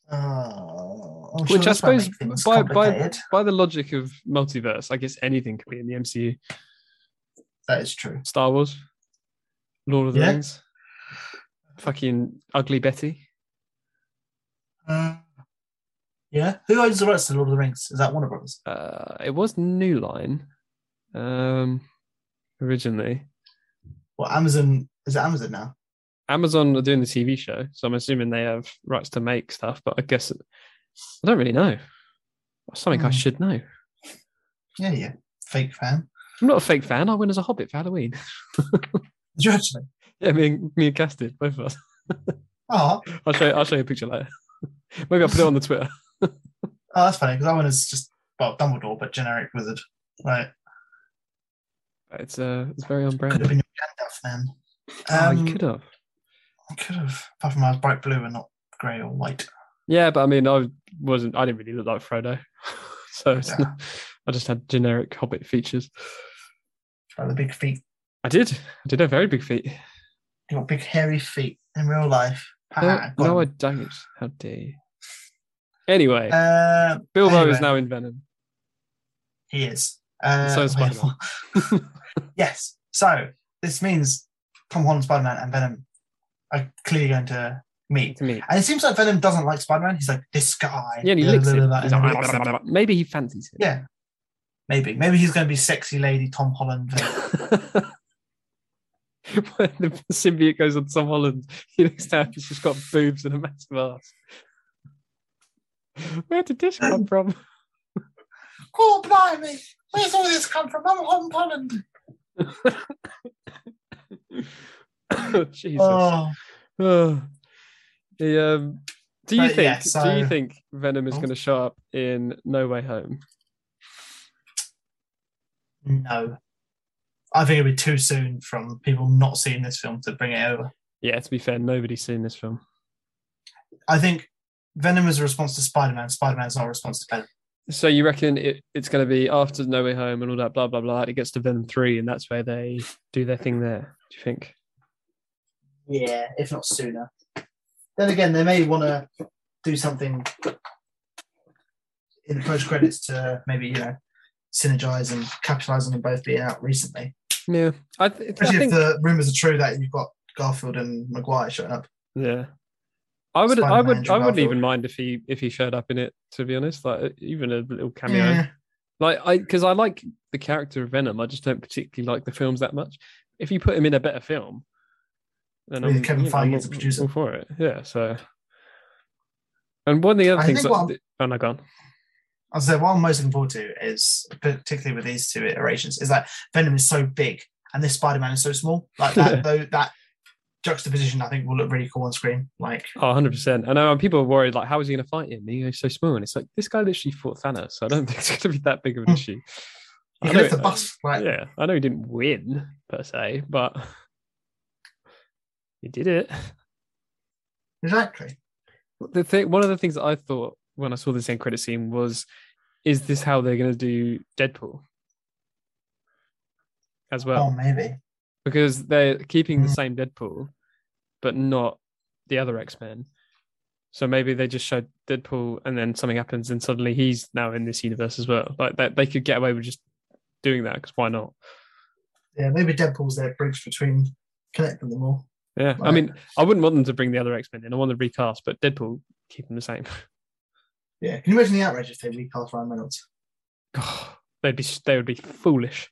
[SPEAKER 2] uh, Oh, I'm sure
[SPEAKER 1] Which I
[SPEAKER 2] that's why
[SPEAKER 1] suppose
[SPEAKER 2] make things
[SPEAKER 1] by, by
[SPEAKER 2] complicated.
[SPEAKER 1] by the logic of multiverse, I guess anything could be in the MCU.
[SPEAKER 2] that is true.
[SPEAKER 1] Star Wars, Lord of the
[SPEAKER 2] Yeah.
[SPEAKER 1] Rings, fucking Ugly Betty.
[SPEAKER 2] Uh, yeah, who owns the rights to Lord of the Rings? Is that Warner Brothers?
[SPEAKER 1] Uh, it was New Line, um, originally.
[SPEAKER 2] Well, Amazon is it Amazon now?
[SPEAKER 1] Amazon are doing the TV show, so I'm assuming they have rights to make stuff. But I guess I don't really know. That's something I
[SPEAKER 2] Hmm.
[SPEAKER 1] should know.
[SPEAKER 2] Yeah, yeah. Fake fan.
[SPEAKER 1] I'm not a fake fan. I went as a Hobbit for Halloween.
[SPEAKER 2] Did you actually?
[SPEAKER 1] yeah, me and me and Cass did both of us.
[SPEAKER 2] Oh,
[SPEAKER 1] I'll show you, I'll show you a picture later. Maybe I'll put it on the Twitter.
[SPEAKER 2] Oh, that's funny because that one is just well Dumbledore, but generic wizard. Right,
[SPEAKER 1] It's uh, it's very
[SPEAKER 2] could have
[SPEAKER 1] unbranded.
[SPEAKER 2] been your Gandalf then.
[SPEAKER 1] Oh, you
[SPEAKER 2] Um,
[SPEAKER 1] could have.
[SPEAKER 2] could have. Apart from I was bright blue and not grey or white.
[SPEAKER 1] Yeah, but I mean, I wasn't. I didn't really look like Frodo, so it's
[SPEAKER 2] Yeah.
[SPEAKER 1] not- I just had generic Hobbit features.
[SPEAKER 2] Right, the big feet.
[SPEAKER 1] I did. I did have very big feet.
[SPEAKER 2] You got big hairy feet in real life. Ah, Ha,
[SPEAKER 1] No, Uh,
[SPEAKER 2] ha,
[SPEAKER 1] no, I
[SPEAKER 2] gone.
[SPEAKER 1] don't. How dare you? Anyway,
[SPEAKER 2] Uh,
[SPEAKER 1] Bilbo
[SPEAKER 2] anyway.
[SPEAKER 1] is now in Venom.
[SPEAKER 2] he is. Uh,
[SPEAKER 1] So is
[SPEAKER 2] wait,
[SPEAKER 1] Spider-Man.
[SPEAKER 2] yes. So this means Tom Holland, Spider Man, and Venom are clearly going to meet.
[SPEAKER 1] To me,
[SPEAKER 2] And it seems like Venom doesn't like Spider Man. He's like this guy.
[SPEAKER 1] yeah, and he
[SPEAKER 2] blah,
[SPEAKER 1] licks
[SPEAKER 2] blah,
[SPEAKER 1] him.
[SPEAKER 2] blah, blah,
[SPEAKER 1] He's
[SPEAKER 2] and
[SPEAKER 1] like,
[SPEAKER 2] he licks him.
[SPEAKER 1] Maybe he fancies him.
[SPEAKER 2] Yeah. Maybe. Maybe he's going to be sexy lady Tom Holland.
[SPEAKER 1] when the symbiote goes on Tom Holland, he looks down. He's just got boobs and a massive ass. Where did this come from?
[SPEAKER 2] Cool, Oh, blimey. Where's all this come from? I'm Tom Holland.
[SPEAKER 1] Jesus.
[SPEAKER 2] Oh,
[SPEAKER 1] Oh. The, um, do you
[SPEAKER 2] But
[SPEAKER 1] think?
[SPEAKER 2] yeah,
[SPEAKER 1] Do you
[SPEAKER 2] so-
[SPEAKER 1] think Venom is
[SPEAKER 2] Oh.
[SPEAKER 1] going to show up in No Way Home?
[SPEAKER 2] no. I think it'd be too soon from people not seeing this film to bring it over.
[SPEAKER 1] Yeah, to be fair, nobody's seen this film.
[SPEAKER 2] I think Venom is a response to Spider Man. Spider Man's not a response to Venom.
[SPEAKER 1] So you reckon it, it's going to be after No Way Home and all that blah blah blah? It gets to Venom three, and that's where they do their thing. There, do you think?
[SPEAKER 2] Yeah, if not sooner. Then again, they may want to do something in the post credits to maybe you know synergize and capitalize on them both being out recently.
[SPEAKER 1] Yeah, I, th- I
[SPEAKER 2] Especially
[SPEAKER 1] think
[SPEAKER 2] if the rumors are true that you've got Garfield and Maguire showing up.
[SPEAKER 1] yeah. I would, I
[SPEAKER 2] Spider-Man
[SPEAKER 1] would,
[SPEAKER 2] Andrew
[SPEAKER 1] I wouldn't
[SPEAKER 2] Garfield.
[SPEAKER 1] even mind if he if he showed up in it. To be honest, like even a little cameo.
[SPEAKER 2] Yeah.
[SPEAKER 1] Like I, because I like the character of Venom. I just don't particularly like the films that much. If you put him in a better film, then
[SPEAKER 2] Yeah,
[SPEAKER 1] I'm,
[SPEAKER 2] Kevin
[SPEAKER 1] you know,
[SPEAKER 2] Feige
[SPEAKER 1] I'm
[SPEAKER 2] is a
[SPEAKER 1] all-
[SPEAKER 2] producer.
[SPEAKER 1] all for it. Yeah. So, and one of the other
[SPEAKER 2] I
[SPEAKER 1] things.
[SPEAKER 2] think
[SPEAKER 1] that-
[SPEAKER 2] what
[SPEAKER 1] oh no, gone.
[SPEAKER 2] I'll say what I'm most looking forward to is, particularly with these two iterations, is that Venom is so big and this Spider Man is so small. Like that, though, that juxtaposition I think will look really cool on screen. Like,
[SPEAKER 1] Oh, 100 percent. I know and people are worried. Like, how is he going to fight him? He's so small, and it's like this guy literally fought Thanos. So I don't think it's going to be that big of an
[SPEAKER 2] Hmm.
[SPEAKER 1] issue.
[SPEAKER 2] he
[SPEAKER 1] I
[SPEAKER 2] can
[SPEAKER 1] know
[SPEAKER 2] lift the
[SPEAKER 1] it-
[SPEAKER 2] bus. Like,
[SPEAKER 1] Yeah, I know he didn't win per se, but he did it.
[SPEAKER 2] exactly.
[SPEAKER 1] the thing one of the things that I thought when I saw this end credit scene was is this how they're gonna do Deadpool? As well.
[SPEAKER 2] oh, maybe.
[SPEAKER 1] because they're keeping the
[SPEAKER 2] Mm.
[SPEAKER 1] same Deadpool, but not the other X-Men. So maybe they just showed Deadpool and then something happens and suddenly he's now in this universe as well. Like that they could get away with just doing that because why not?
[SPEAKER 2] Yeah, maybe Deadpool's their bridge between connecting them all.
[SPEAKER 1] Yeah. I
[SPEAKER 2] Right.
[SPEAKER 1] mean, I wouldn't want them to bring the other X-Men in. I want them to recast, but Deadpool keep them the same.
[SPEAKER 2] Yeah. Can you imagine the outrage if they recast Ryan Reynolds?
[SPEAKER 1] they'd be they would be foolish.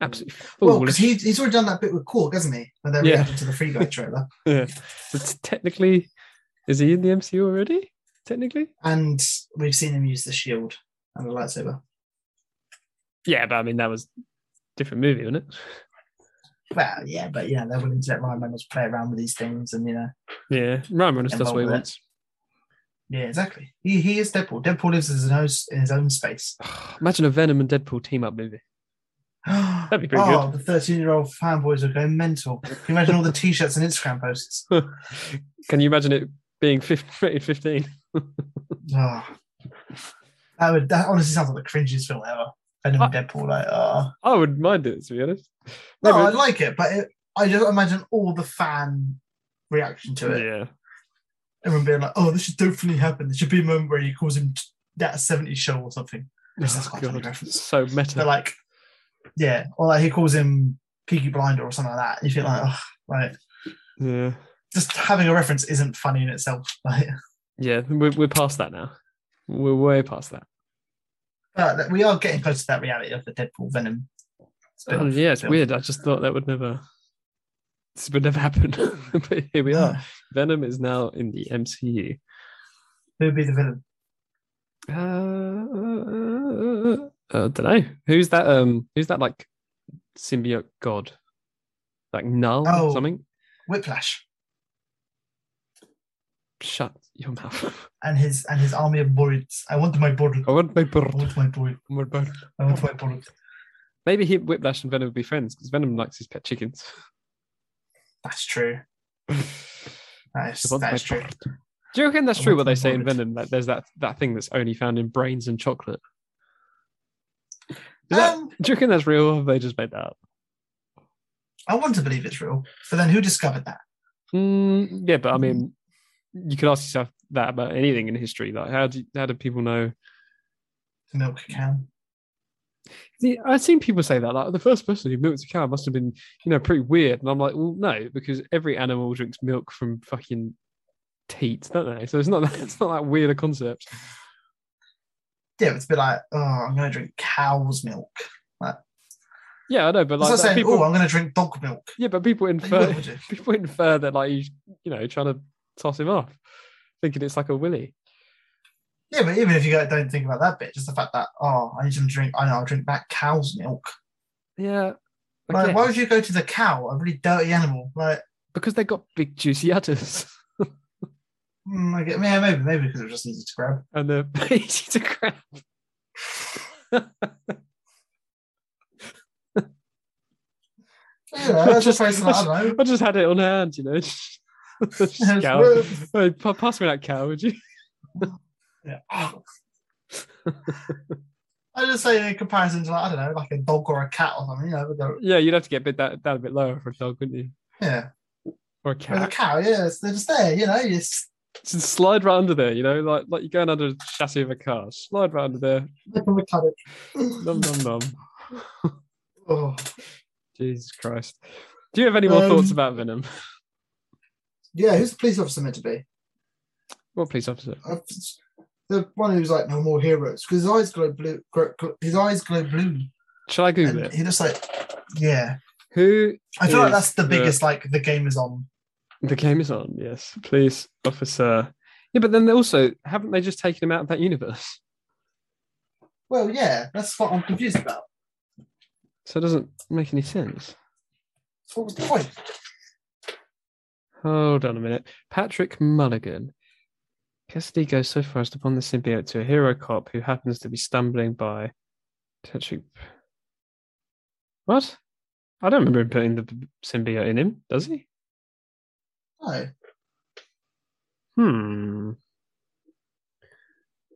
[SPEAKER 1] Absolutely
[SPEAKER 2] Well,
[SPEAKER 1] foolish.
[SPEAKER 2] because he, he's already done that bit with Cork, hasn't he? When they
[SPEAKER 1] Oh, Yeah.
[SPEAKER 2] reacted to the Free Guy trailer.
[SPEAKER 1] Yeah. But technically, is he in the MCU already? Technically?
[SPEAKER 2] and we've seen him use the shield and the lightsaber.
[SPEAKER 1] Yeah, but I mean, that was a different movie, wasn't it?
[SPEAKER 2] Well, yeah, but yeah, they're willing to let Ryan Reynolds play around with these things and, you know,
[SPEAKER 1] Yeah. Ryan Reynolds does what he
[SPEAKER 2] Involved
[SPEAKER 1] wants.
[SPEAKER 2] Yeah, exactly. He, he is Deadpool. Deadpool lives in his own, in his own space.
[SPEAKER 1] Imagine a Venom and Deadpool team up movie.
[SPEAKER 2] That'd
[SPEAKER 1] be pretty
[SPEAKER 2] oh, the 13 year old fanboys would go mental. Can you imagine all the t shirts and Instagram posts?
[SPEAKER 1] Can you imagine it being 15? 15?
[SPEAKER 2] Oh. That would that honestly sounds like the cringiest film ever. Venom and Deadpool, like, oh.
[SPEAKER 1] I would not mind it, to be honest.
[SPEAKER 2] No, I
[SPEAKER 1] but-
[SPEAKER 2] like it, but it, I just imagine all the fan reaction to it.
[SPEAKER 1] yeah.
[SPEAKER 2] Everyone being like, oh, this should definitely happen. There should be a moment where he calls him that 70 show or something. Yes, that's
[SPEAKER 1] Oh,
[SPEAKER 2] quite a funny
[SPEAKER 1] God.
[SPEAKER 2] reference.
[SPEAKER 1] So meta.
[SPEAKER 2] But like, yeah, or like he calls him Peaky Blinder or something like that. You feel like, oh, like
[SPEAKER 1] yeah.
[SPEAKER 2] just having a reference isn't funny in itself. Like,
[SPEAKER 1] Yeah. We're, we're past that now. We're way past that.
[SPEAKER 2] but we are getting close to that reality of the Deadpool Venom.
[SPEAKER 1] Oh, yeah, it's
[SPEAKER 2] film.
[SPEAKER 1] weird. I just thought that would never. This would never happen. but here we are. Venom is now in the MCU.
[SPEAKER 2] Who would be the villain?
[SPEAKER 1] Uh, I don't know. Who's that? Um, who's that like symbiote god? Like Null
[SPEAKER 2] Oh.
[SPEAKER 1] or something?
[SPEAKER 2] Whiplash
[SPEAKER 1] Shut your mouth.
[SPEAKER 2] and his and his army of boards. I want my board.
[SPEAKER 1] I
[SPEAKER 2] I
[SPEAKER 1] want my bird.
[SPEAKER 2] want my board.
[SPEAKER 1] I want my bird.
[SPEAKER 2] I want my board.
[SPEAKER 1] Maybe he, Whiplash and Venom would be friends because Venom likes his pet chickens.
[SPEAKER 2] That's true. That is,
[SPEAKER 1] I want
[SPEAKER 2] that
[SPEAKER 1] my
[SPEAKER 2] is true.
[SPEAKER 1] bird. Do you reckon that's
[SPEAKER 2] I
[SPEAKER 1] true
[SPEAKER 2] want
[SPEAKER 1] what they
[SPEAKER 2] my
[SPEAKER 1] say in
[SPEAKER 2] bird.
[SPEAKER 1] Venom? Like there's that, that thing that's only found in brains and chocolate. Is that-
[SPEAKER 2] Um,
[SPEAKER 1] do you reckon that's real or have they just made that up?
[SPEAKER 2] I want to believe it's real, but then who discovered that?
[SPEAKER 1] Mm, yeah, but I mean, you could ask yourself that about anything in history. Like, how do how do people know?
[SPEAKER 2] The milk can.
[SPEAKER 1] See, I've seen people say that. Like, the first person who milked a cow must have been, you know, pretty weird. And I'm like, well, no, because every animal drinks milk from fucking teats, don't they? So it's not that, it's not that weird a concept.
[SPEAKER 2] Yeah, it's a bit like, oh, I'm going to drink cow's milk.
[SPEAKER 1] Yeah, I know, but like
[SPEAKER 2] It's not
[SPEAKER 1] that
[SPEAKER 2] saying,
[SPEAKER 1] people,
[SPEAKER 2] oh, I'm going to drink dog milk.
[SPEAKER 1] yeah, but people
[SPEAKER 2] They will
[SPEAKER 1] infer
[SPEAKER 2] do.
[SPEAKER 1] people infer that like he's, you know, trying to toss him off, thinking it's like a willy.
[SPEAKER 2] Yeah, but even if you go- don't think about that bit, just the fact that oh, I need to drink, I know I'll drink that cow's milk.
[SPEAKER 1] Yeah. I
[SPEAKER 2] Like, why
[SPEAKER 1] guess.
[SPEAKER 2] would you go to the cow, a really dirty animal? Like,
[SPEAKER 1] because they got big juicy udders.
[SPEAKER 2] mm, I get, yeah, maybe, maybe because it was just easy to grab.
[SPEAKER 1] and they're easy to grab.
[SPEAKER 2] Yeah, that's just,
[SPEAKER 1] Just-
[SPEAKER 2] I don't know.
[SPEAKER 1] I just had it on hand, you know. cow. Hey, pa- pass me that cow, would you?
[SPEAKER 2] Yeah. I just say in comparison to like, I don't know, like a dog or a cat or something. You know, they're-
[SPEAKER 1] Yeah, you'd have to get a bit that down a bit lower for a dog, wouldn't you?
[SPEAKER 2] yeah.
[SPEAKER 1] Or a
[SPEAKER 2] With a
[SPEAKER 1] cat.
[SPEAKER 2] cow, yeah, it's, they're just there. You know, you just
[SPEAKER 1] Just slide right under there, you know, like like you're going under the chassis of a car. Slide right under there.
[SPEAKER 2] look at the mechanic.
[SPEAKER 1] Nom nom nom.
[SPEAKER 2] oh.
[SPEAKER 1] Jesus Christ. Do you have any more
[SPEAKER 2] Um,
[SPEAKER 1] thoughts about Venom?
[SPEAKER 2] Yeah, who's the police officer meant to be?
[SPEAKER 1] What police officer?
[SPEAKER 2] I've- The one who's like no more heroes because his eyes glow blue. gr- gr- His eyes glow blue,
[SPEAKER 1] Shall I Google
[SPEAKER 2] and
[SPEAKER 1] it?
[SPEAKER 2] he just like yeah.
[SPEAKER 1] Who
[SPEAKER 2] I feel like
[SPEAKER 1] is
[SPEAKER 2] that's the
[SPEAKER 1] the-
[SPEAKER 2] biggest like the game is on.
[SPEAKER 1] the game is on? Yes, police officer. Yeah, but then they also haven't they just taken him out of that universe?
[SPEAKER 2] Well, yeah, that's what I'm confused about.
[SPEAKER 1] So it doesn't make any sense.
[SPEAKER 2] So what was the point?
[SPEAKER 1] Hold on a minute. Patrick Mulligan. Cassidy goes so far as to bond the symbiote to a hero cop who happens to be stumbling by. Patrick. What? I don't remember him putting the b- symbiote in him, does he?
[SPEAKER 2] No,
[SPEAKER 1] Hmm.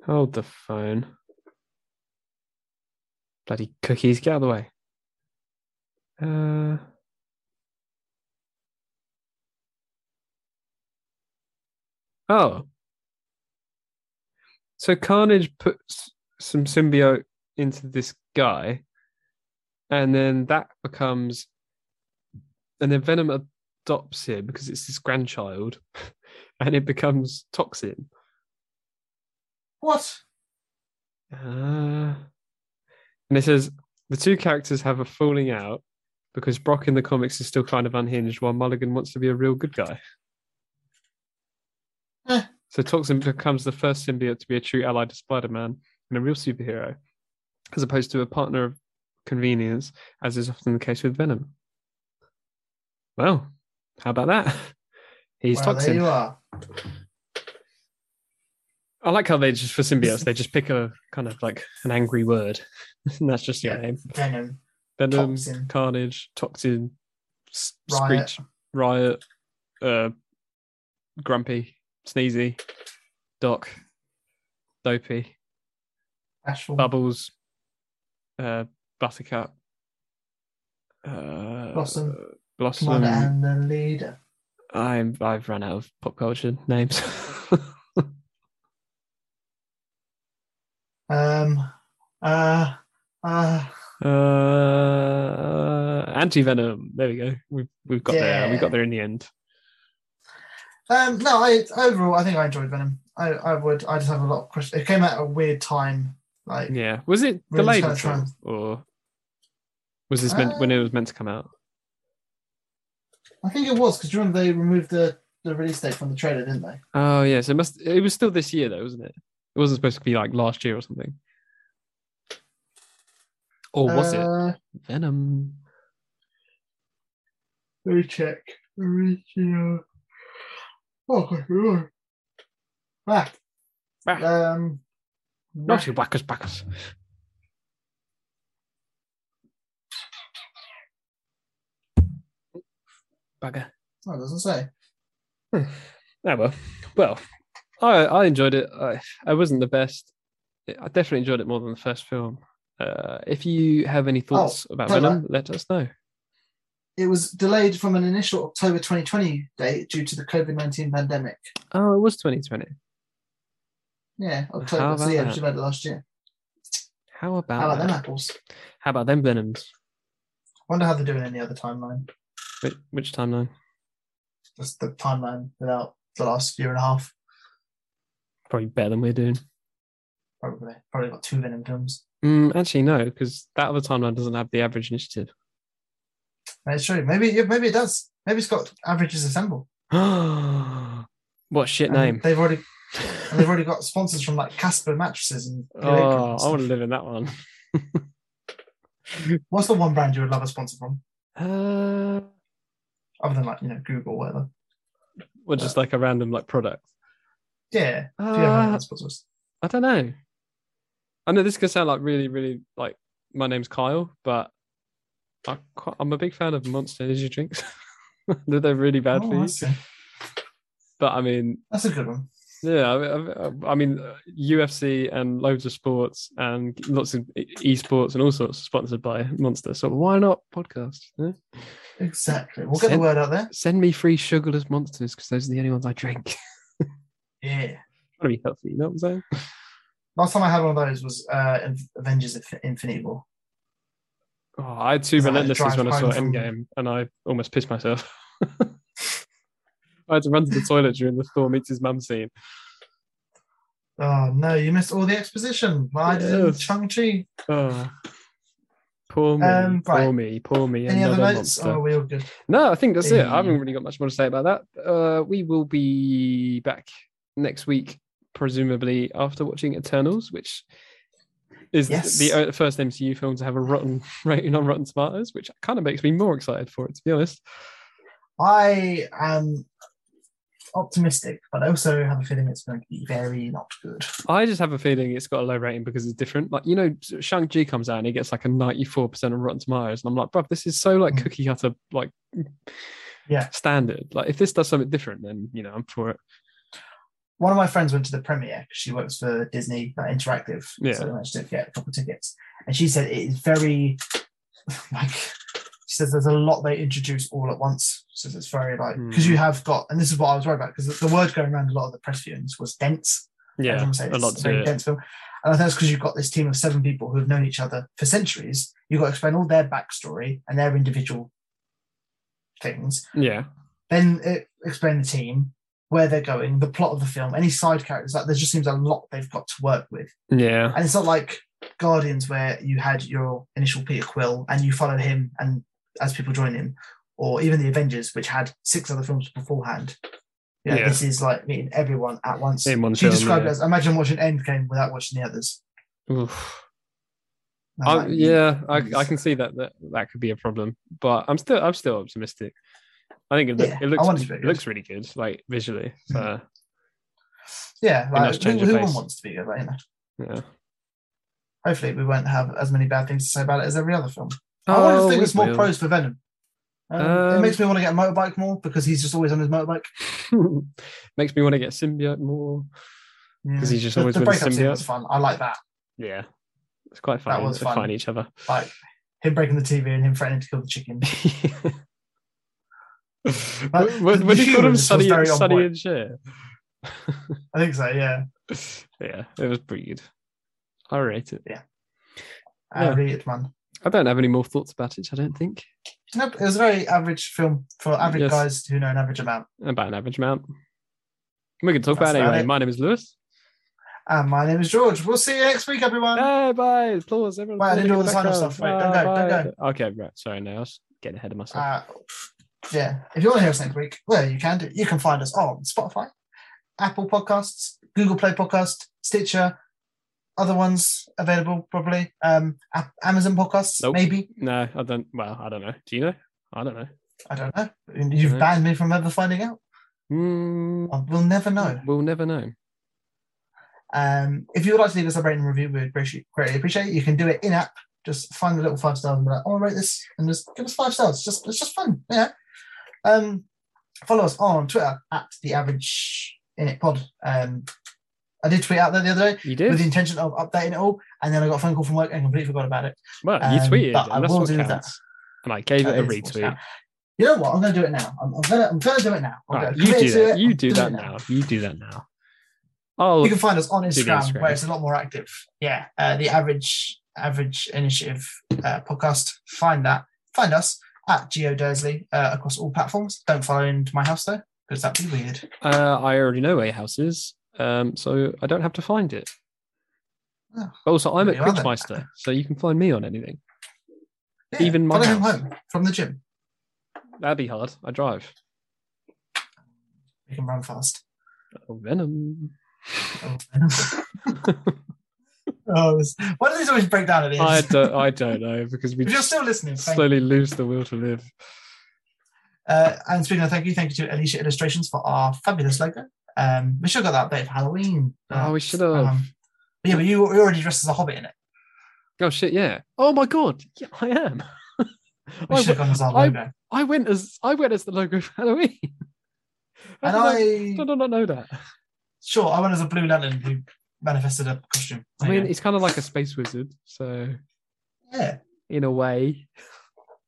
[SPEAKER 1] Hold the phone. Bloody cookies, get out of the way. Uh. Oh. So Carnage puts some symbiote into this guy, and then that becomes. And then Venom adopts him because it's his grandchild, and it becomes toxic.
[SPEAKER 2] what?
[SPEAKER 1] Uh,
[SPEAKER 2] Ah.
[SPEAKER 1] and it says the two characters have a falling out because Brock in the comics is still kind of unhinged, while Mulligan wants to be a real good guy.
[SPEAKER 2] Eh.
[SPEAKER 1] So Toxin becomes the first symbiote to be a true ally to Spider-Man and a real superhero, as opposed to a partner of convenience, as is often the case with Venom. Well, how about that? He's
[SPEAKER 2] well,
[SPEAKER 1] Toxin.
[SPEAKER 2] there you are.
[SPEAKER 1] I like how they just for symbiotes they just pick a kind of like an angry word, and that's just your
[SPEAKER 2] Yeah.
[SPEAKER 1] name.
[SPEAKER 2] Venom.
[SPEAKER 1] Venom,
[SPEAKER 2] Toxin.
[SPEAKER 1] Carnage, Toxin, S-
[SPEAKER 2] Riot.
[SPEAKER 1] Screech, Riot, uh, Grumpy, Sneezy, Doc, Dopey,
[SPEAKER 2] Ashful.
[SPEAKER 1] Bubbles, uh, Buttercup, uh,
[SPEAKER 2] Blossom. Commander
[SPEAKER 1] Blossom.
[SPEAKER 2] and the leader.
[SPEAKER 1] I'm I've run out of pop culture names.
[SPEAKER 2] Um. Uh. Uh.
[SPEAKER 1] Uh, anti venom. There we go. We've we've got there. We
[SPEAKER 2] Yeah.
[SPEAKER 1] got there in the end.
[SPEAKER 2] Um, no, I overall I think I enjoyed Venom. I, I would. I just have a lot of questions. It came out at a weird time. Like
[SPEAKER 1] Yeah. Was it
[SPEAKER 2] We're just
[SPEAKER 1] delayed
[SPEAKER 2] gonna
[SPEAKER 1] at
[SPEAKER 2] try
[SPEAKER 1] all,
[SPEAKER 2] and- Uh,
[SPEAKER 1] or was this meant when it was meant to come out?
[SPEAKER 2] I think it was because you remember they removed the, the release date from the trailer, didn't they?
[SPEAKER 1] Oh yeah. So it must. It was still this year though, wasn't it? It wasn't supposed to be like last year or something. Or was it
[SPEAKER 2] uh,
[SPEAKER 1] Venom?
[SPEAKER 2] Let me check. Original. Oh, God, oh. Ah,
[SPEAKER 1] Ah,
[SPEAKER 2] um,
[SPEAKER 1] Naughty whackers backers. Bugger.
[SPEAKER 2] no, it doesn't say.
[SPEAKER 1] Ah, well, well, I I enjoyed it. I I wasn't the best. I definitely enjoyed it more than the first film. Uh, if you have
[SPEAKER 2] Oh,
[SPEAKER 1] any thoughts about
[SPEAKER 2] no, no.
[SPEAKER 1] Venom, let us know.
[SPEAKER 2] It was delayed from an initial October 2020 date due to the COVID 19 pandemic.
[SPEAKER 1] Oh, it was 2020.
[SPEAKER 2] Yeah,
[SPEAKER 1] How
[SPEAKER 2] October. So
[SPEAKER 1] about
[SPEAKER 2] yeah,
[SPEAKER 1] that?
[SPEAKER 2] it was about last year.
[SPEAKER 1] How about
[SPEAKER 2] How about
[SPEAKER 1] that?
[SPEAKER 2] them apples?
[SPEAKER 1] How about them Venoms?
[SPEAKER 2] Wonder how they're doing in the other timeline.
[SPEAKER 1] Which, which timeline?
[SPEAKER 2] Just the timeline without the last year and a half.
[SPEAKER 1] Probably better than we're doing.
[SPEAKER 2] Probably, probably got two Venom films.
[SPEAKER 1] Mm, actually, no, because that other timeline doesn't have the average initiative.
[SPEAKER 2] That's true. Maybe, yeah, maybe it does. Maybe it's got averages assemble.
[SPEAKER 1] what shit
[SPEAKER 2] And
[SPEAKER 1] name?
[SPEAKER 2] They've already and they've already got sponsors from like Casper mattresses and
[SPEAKER 1] Oh, I want to live in that one.
[SPEAKER 2] what's the one brand you would love a sponsor from
[SPEAKER 1] Uh,
[SPEAKER 2] other than like you know Google or whatever?
[SPEAKER 1] or just like a random like product.
[SPEAKER 2] Uh, Yeah, do you have any
[SPEAKER 1] Uh,
[SPEAKER 2] other sponsors?
[SPEAKER 1] I don't know. I know this could sound like really, really like my name's Kyle, but I quite, I'm a big fan of Monster Energy drinks. They're they're really bad for
[SPEAKER 2] Oh, I
[SPEAKER 1] you.
[SPEAKER 2] see.
[SPEAKER 1] But I mean,
[SPEAKER 2] That's a good one.
[SPEAKER 1] yeah, I- I, I mean, UFC and loads of sports and lots of e- esports and all sorts sponsored by Monster. So why not podcast? eh?
[SPEAKER 2] Exactly. We'll get the
[SPEAKER 1] Send-
[SPEAKER 2] word out there.
[SPEAKER 1] Send me free sugarless monsters because those are the only ones I drink.
[SPEAKER 2] Yeah.
[SPEAKER 1] Gotta be healthy, you know what I'm saying?
[SPEAKER 2] Last time I had one of those was uh, Avengers Inf- Infinity War.
[SPEAKER 1] Oh, I had two
[SPEAKER 2] Is that how it
[SPEAKER 1] relentlesses
[SPEAKER 2] drives
[SPEAKER 1] when I saw
[SPEAKER 2] home from-
[SPEAKER 1] Endgame, and I almost pissed myself. I had to run to the toilet during the Thor meets his mum scene.
[SPEAKER 2] Oh no, you missed all the exposition. Well, I did in
[SPEAKER 1] Yes.
[SPEAKER 2] Chung Chi.
[SPEAKER 1] Oh. Poor me,
[SPEAKER 2] Um,
[SPEAKER 1] poor
[SPEAKER 2] right.
[SPEAKER 1] me, poor me.
[SPEAKER 2] Any other
[SPEAKER 1] another
[SPEAKER 2] notes?
[SPEAKER 1] monster.
[SPEAKER 2] Oh, Um, we all good.
[SPEAKER 1] No, I think that's it. I haven't
[SPEAKER 2] The-
[SPEAKER 1] really got much more to say about that. Uh, we will be back next week, presumably after watching Eternals, which is
[SPEAKER 2] Yes.
[SPEAKER 1] the o- first MCU film to have a rotten rating on Rotten Tomatoes, which kind of makes me more excited for it, to be honest.
[SPEAKER 2] I am optimistic, but I also have a feeling it's going to be very not good.
[SPEAKER 1] I just have a feeling it's got a low rating because it's different. Like you know, Shang Chi comes out and it gets like a ninety-four percent on Rotten Tomatoes, and I'm like, bruv, this is so like
[SPEAKER 2] Mm.
[SPEAKER 1] cookie cutter like
[SPEAKER 2] Yeah.
[SPEAKER 1] standard. Like if this does something different, then you know I'm for it.
[SPEAKER 2] One of my friends went to the premiere 'cause she works for Disney like, Interactive,
[SPEAKER 1] Yeah.
[SPEAKER 2] so they managed to get a couple tickets. And she said it is very like she says there's a lot they introduce all at once. She says it's very like because
[SPEAKER 1] Hmm.
[SPEAKER 2] you have got, and this is what I was worried about because the word going around a lot of the press viewings was dense.
[SPEAKER 1] Yeah,
[SPEAKER 2] Everyone says
[SPEAKER 1] a lot
[SPEAKER 2] it's a
[SPEAKER 1] to
[SPEAKER 2] very
[SPEAKER 1] it.
[SPEAKER 2] dense film. And I think that's because you've got this team of seven people who have known each other for centuries. You've got to explain all their backstory and their individual things.
[SPEAKER 1] Yeah,
[SPEAKER 2] Then it, explain the team, where they're going, the plot of the film, any side characters. Like there just seems a lot they've got to work with.
[SPEAKER 1] yeah,
[SPEAKER 2] And it's not like Guardians where you had your initial Peter Quill and you followed him and as people join him, or even the Avengers, which had six other films beforehand. You know,
[SPEAKER 1] Yeah.
[SPEAKER 2] This is like meeting everyone at once.
[SPEAKER 1] in one
[SPEAKER 2] She
[SPEAKER 1] film.
[SPEAKER 2] described it
[SPEAKER 1] yeah.
[SPEAKER 2] as imagine watching Endgame without watching the others.
[SPEAKER 1] Oof.
[SPEAKER 2] And
[SPEAKER 1] I,
[SPEAKER 2] I'm like,
[SPEAKER 1] Oh, yeah, I,
[SPEAKER 2] mm.
[SPEAKER 1] I can see that, that that could be a problem, but I'm still I'm still optimistic. I think it, look-
[SPEAKER 2] Yeah,
[SPEAKER 1] it
[SPEAKER 2] I want
[SPEAKER 1] looks
[SPEAKER 2] it to be
[SPEAKER 1] it
[SPEAKER 2] good.
[SPEAKER 1] looks really good, like visually.
[SPEAKER 2] Mm.
[SPEAKER 1] Uh,
[SPEAKER 2] Yeah,
[SPEAKER 1] that's
[SPEAKER 2] like, who,
[SPEAKER 1] change of
[SPEAKER 2] who
[SPEAKER 1] pace.
[SPEAKER 2] wants to be good? Like, you know,
[SPEAKER 1] yeah.
[SPEAKER 2] hopefully, we won't have as many bad things to say about it as every other film. I want to think
[SPEAKER 1] Oh, we
[SPEAKER 2] there's more
[SPEAKER 1] will.
[SPEAKER 2] pros for Venom. Um,
[SPEAKER 1] Um,
[SPEAKER 2] it makes me want to get a motorbike more because he's just always on his motorbike.
[SPEAKER 1] Makes me want to get symbiote more.
[SPEAKER 2] Yeah.
[SPEAKER 1] 'Cause he's just
[SPEAKER 2] the,
[SPEAKER 1] always
[SPEAKER 2] the
[SPEAKER 1] with a
[SPEAKER 2] breakup scene
[SPEAKER 1] symbiote.
[SPEAKER 2] was fun. I like that.
[SPEAKER 1] Yeah, it's quite funny.
[SPEAKER 2] was
[SPEAKER 1] to
[SPEAKER 2] fun.
[SPEAKER 1] find each other.
[SPEAKER 2] Like him breaking the TV and him threatening to kill the chicken.
[SPEAKER 1] What- what
[SPEAKER 2] the
[SPEAKER 1] what do you call
[SPEAKER 2] humour
[SPEAKER 1] him?
[SPEAKER 2] was
[SPEAKER 1] Sunny,
[SPEAKER 2] very on
[SPEAKER 1] Sunny
[SPEAKER 2] point.
[SPEAKER 1] and Cher.
[SPEAKER 2] I think so. Yeah,
[SPEAKER 1] yeah, it was pretty good. I rate it.
[SPEAKER 2] uh,
[SPEAKER 1] Yeah.
[SPEAKER 2] read it, man.
[SPEAKER 1] I don't have any more thoughts about it. I don't think
[SPEAKER 2] Nope, it was a very average film for average
[SPEAKER 1] Yes.
[SPEAKER 2] guys who know an average amount.
[SPEAKER 1] about an average amount. We can talk
[SPEAKER 2] That's
[SPEAKER 1] about it
[SPEAKER 2] about
[SPEAKER 1] anyway.
[SPEAKER 2] it.
[SPEAKER 1] My name is Lewis.
[SPEAKER 2] And my name is George. We'll see you next week, everyone.
[SPEAKER 1] Hey, bye. Applause. Everyone.
[SPEAKER 2] Wait, I
[SPEAKER 1] applauding
[SPEAKER 2] didn't do
[SPEAKER 1] in
[SPEAKER 2] all
[SPEAKER 1] the
[SPEAKER 2] the sign-off
[SPEAKER 1] background.
[SPEAKER 2] stuff. Wait, don't go,
[SPEAKER 1] Bye,
[SPEAKER 2] don't
[SPEAKER 1] bye. Okay, right. Sorry, no, I was getting ahead of myself.
[SPEAKER 2] Uh, yeah, if you want to hear us next week, well, you can do. You can find us on Spotify, Apple Podcasts, Google Play Podcast, Stitcher, other ones available probably. Um, A- Amazon Podcasts,
[SPEAKER 1] Nope.
[SPEAKER 2] maybe.
[SPEAKER 1] no, I don't. Well, I don't know. Do you know? I don't know.
[SPEAKER 2] I don't know. You've
[SPEAKER 1] Right.
[SPEAKER 2] banned me from ever finding out.
[SPEAKER 1] Mm,
[SPEAKER 2] I- We'll never know.
[SPEAKER 1] We'll never know.
[SPEAKER 2] Um, if you would like to leave us a rating and review, we'd greatly, greatly appreciate it. You can do it in app. Just find the little five stars and be like, "I want to rate this," and just give us five stars. Just it's just fun, yeah. Um, follow us on Twitter at the Average In It Pod. Um, I did tweet out there the other day
[SPEAKER 1] You
[SPEAKER 2] with the
[SPEAKER 1] did?
[SPEAKER 2] intention of updating it all, and then I got a phone call from work and completely forgot about it.
[SPEAKER 1] Well, you
[SPEAKER 2] um,
[SPEAKER 1] tweeted,
[SPEAKER 2] but I
[SPEAKER 1] and that's
[SPEAKER 2] will
[SPEAKER 1] what
[SPEAKER 2] do that.
[SPEAKER 1] counts. And I gave it
[SPEAKER 2] That
[SPEAKER 1] a
[SPEAKER 2] is what's
[SPEAKER 1] retweet.
[SPEAKER 2] happened. You know what? I'm going to do it now. I'm, I'm gonna I'm gonna do it now. I'm
[SPEAKER 1] All right,
[SPEAKER 2] gonna
[SPEAKER 1] you
[SPEAKER 2] commit
[SPEAKER 1] do
[SPEAKER 2] to
[SPEAKER 1] that.
[SPEAKER 2] it.
[SPEAKER 1] You
[SPEAKER 2] I'm
[SPEAKER 1] do
[SPEAKER 2] doing
[SPEAKER 1] that
[SPEAKER 2] it
[SPEAKER 1] now. You do that now. Oh,
[SPEAKER 2] You can find us on
[SPEAKER 1] the
[SPEAKER 2] Instagram,
[SPEAKER 1] Instagram.
[SPEAKER 2] where it's a lot more active. Yeah, uh, the average average initiative uh, podcast. Find that. Find us at Geo Dursley uh, across all platforms. Don't follow into my house though, because that'd be weird.
[SPEAKER 1] uh, I already know where your house is, um, so I don't have to find it.
[SPEAKER 2] Oh,
[SPEAKER 1] also, I'm at
[SPEAKER 2] there you are then.
[SPEAKER 1] Quizmeister, so you can find me on anything.
[SPEAKER 2] Yeah,
[SPEAKER 1] Even my
[SPEAKER 2] follow him
[SPEAKER 1] house.
[SPEAKER 2] home from the gym.
[SPEAKER 1] That'd be hard. I drive.
[SPEAKER 2] You can run fast.
[SPEAKER 1] Oh, Venom.
[SPEAKER 2] Oh, oh, this- why do these always break down at the end?
[SPEAKER 1] I don't. I don't know because we
[SPEAKER 2] if you're
[SPEAKER 1] just
[SPEAKER 2] still listening, thank you.
[SPEAKER 1] slowly lose the will to live.
[SPEAKER 2] Uh, and speaking of thank you, thank you to Alicia Illustrations for our fabulous logo. Um, we should have got that update for Halloween.
[SPEAKER 1] Oh, we should have.
[SPEAKER 2] Um, but yeah, but you, you already dressed as a hobbit in it.
[SPEAKER 1] oh shit! Yeah. Oh my god! Yeah, I am.
[SPEAKER 2] We
[SPEAKER 1] I, w-
[SPEAKER 2] should have gone as our
[SPEAKER 1] Oh, I-
[SPEAKER 2] logo.
[SPEAKER 1] I went as I went as the logo for Halloween. How
[SPEAKER 2] And
[SPEAKER 1] did I,
[SPEAKER 2] I,
[SPEAKER 1] how did I not know that?
[SPEAKER 2] sure, I went as a blue lantern who manifested a costume.
[SPEAKER 1] I
[SPEAKER 2] There you
[SPEAKER 1] mean,
[SPEAKER 2] go.
[SPEAKER 1] it's kind of like a space wizard, so
[SPEAKER 2] yeah.
[SPEAKER 1] in a way,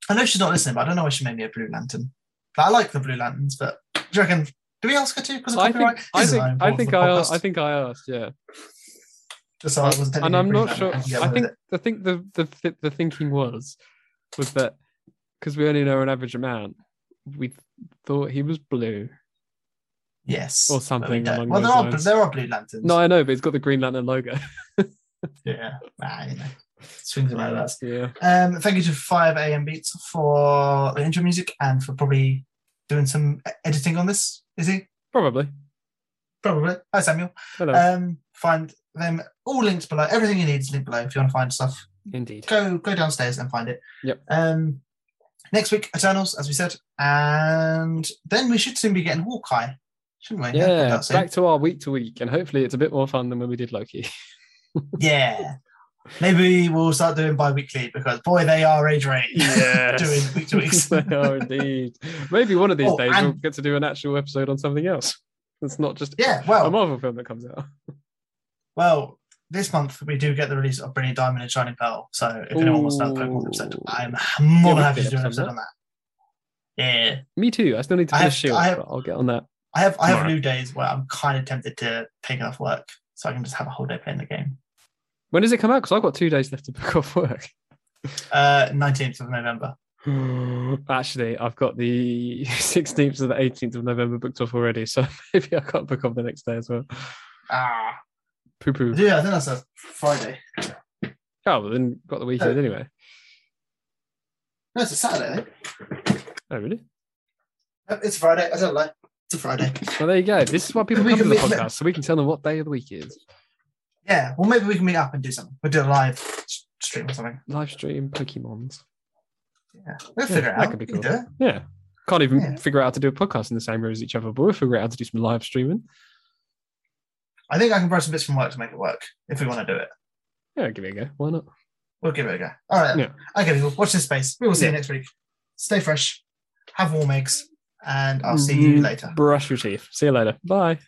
[SPEAKER 2] I know she's not listening, but I don't know why she made me a blue lantern. But I like the blue lanterns, but do you reckon? Do we ask her to? Because of
[SPEAKER 1] I think
[SPEAKER 2] copyright?
[SPEAKER 1] I
[SPEAKER 2] This is
[SPEAKER 1] think
[SPEAKER 2] an iron
[SPEAKER 1] I
[SPEAKER 2] ball
[SPEAKER 1] think
[SPEAKER 2] for the
[SPEAKER 1] I
[SPEAKER 2] podcast.
[SPEAKER 1] I think I asked, yeah.
[SPEAKER 2] Just so I wasn't
[SPEAKER 1] and
[SPEAKER 2] technically
[SPEAKER 1] I'm
[SPEAKER 2] a blue
[SPEAKER 1] not sure.
[SPEAKER 2] lantern, can get
[SPEAKER 1] I
[SPEAKER 2] away with
[SPEAKER 1] think
[SPEAKER 2] it.
[SPEAKER 1] I think the the thi- the thinking was was that because we only know an average amount, we thought he was blue.
[SPEAKER 2] yes,
[SPEAKER 1] or
[SPEAKER 2] but we
[SPEAKER 1] something
[SPEAKER 2] don't.
[SPEAKER 1] along
[SPEAKER 2] Well, there
[SPEAKER 1] those
[SPEAKER 2] are
[SPEAKER 1] lines.
[SPEAKER 2] there are blue lanterns.
[SPEAKER 1] No, I know, but it's got the Green Lantern logo.
[SPEAKER 2] yeah, ah, you know, swings and roundabouts.
[SPEAKER 1] yeah.
[SPEAKER 2] Um, thank you to 5am Beats for the intro music and for probably doing some e- editing on this, is he?
[SPEAKER 1] Probably.
[SPEAKER 2] Probably. Hi, Samuel.
[SPEAKER 1] Hello.
[SPEAKER 2] Um, find them all links below. Everything you need is linked below if you want to find stuff.
[SPEAKER 1] Indeed.
[SPEAKER 2] Go go downstairs and find it.
[SPEAKER 1] Yep.
[SPEAKER 2] Um, next week, Eternals, as we said. And then we should soon be getting Hawkeye, shouldn't we?
[SPEAKER 1] Yeah,
[SPEAKER 2] that's it.
[SPEAKER 1] back to our week to week, and hopefully it's a bit more fun than when we did Loki.
[SPEAKER 2] yeah. Maybe we'll start doing bi weekly because, boy, they are age rate. doing week to weeks.
[SPEAKER 1] they are indeed. Maybe one of these
[SPEAKER 2] Oh,
[SPEAKER 1] days we'll
[SPEAKER 2] and-
[SPEAKER 1] get to do an actual episode on something else. It's not just
[SPEAKER 2] yeah,
[SPEAKER 1] a
[SPEAKER 2] well,
[SPEAKER 1] Marvel film that comes out.
[SPEAKER 2] Well, this month we do get the release of Brilliant Diamond and Shining Pearl. So if anyone wants to have a Pokemon episode,
[SPEAKER 1] Ooh.
[SPEAKER 2] I'm more
[SPEAKER 1] we
[SPEAKER 2] than happy
[SPEAKER 1] did
[SPEAKER 2] to do an
[SPEAKER 1] episode
[SPEAKER 2] episode on that. Yeah.
[SPEAKER 1] Me too. I still need to
[SPEAKER 2] I
[SPEAKER 1] finish
[SPEAKER 2] have-
[SPEAKER 1] Shield,
[SPEAKER 2] I have-
[SPEAKER 1] but I'll get on that.
[SPEAKER 2] I have I have
[SPEAKER 1] Alright.
[SPEAKER 2] new days where I'm kind of tempted to take off work so I can just have a whole day playing the game.
[SPEAKER 1] When does it come out? Because I've got two days left to book off work.
[SPEAKER 2] Uh, 19th of November.
[SPEAKER 1] Actually, I've got the 16th to the 18th of November booked off already, so maybe I can't book off the next day as well.
[SPEAKER 2] Ah.
[SPEAKER 1] Poo poo.
[SPEAKER 2] Yeah, I think that's a Friday.
[SPEAKER 1] Oh, well, then got the
[SPEAKER 2] Uh,
[SPEAKER 1] weekend anyway.
[SPEAKER 2] No, it's a Saturday.
[SPEAKER 1] Oh, really?
[SPEAKER 2] eh? It's a Friday. I don't know. It's a Friday.
[SPEAKER 1] Well, there you go. This is why people
[SPEAKER 2] We
[SPEAKER 1] come to
[SPEAKER 2] can
[SPEAKER 1] the
[SPEAKER 2] make-
[SPEAKER 1] podcast, so we can tell them what day of the week is.
[SPEAKER 2] Yeah. Well, maybe we can meet up and do something. We'll do a live s- stream or something.
[SPEAKER 1] Live stream Pokemons.
[SPEAKER 2] Yeah. We'll
[SPEAKER 1] Yeah,
[SPEAKER 2] figure it
[SPEAKER 1] that
[SPEAKER 2] out.
[SPEAKER 1] could be
[SPEAKER 2] We can
[SPEAKER 1] cool.
[SPEAKER 2] do it.
[SPEAKER 1] Yeah. Can't even
[SPEAKER 2] Yeah.
[SPEAKER 1] figure out how to do a podcast in the same room as each other, but we'll figure out how to do some live streaming.
[SPEAKER 2] I think I can borrow some bits from work to make it work if we want to do it.
[SPEAKER 1] Yeah, give it a go. Why not?
[SPEAKER 2] We'll give it a go. All right. then. Okay, people, watch this space. We will see you
[SPEAKER 1] Yeah.
[SPEAKER 2] next week. Stay fresh, have warm eggs, and I'll see you
[SPEAKER 1] Mm,
[SPEAKER 2] later.
[SPEAKER 1] Brush your teeth. See you later. Bye.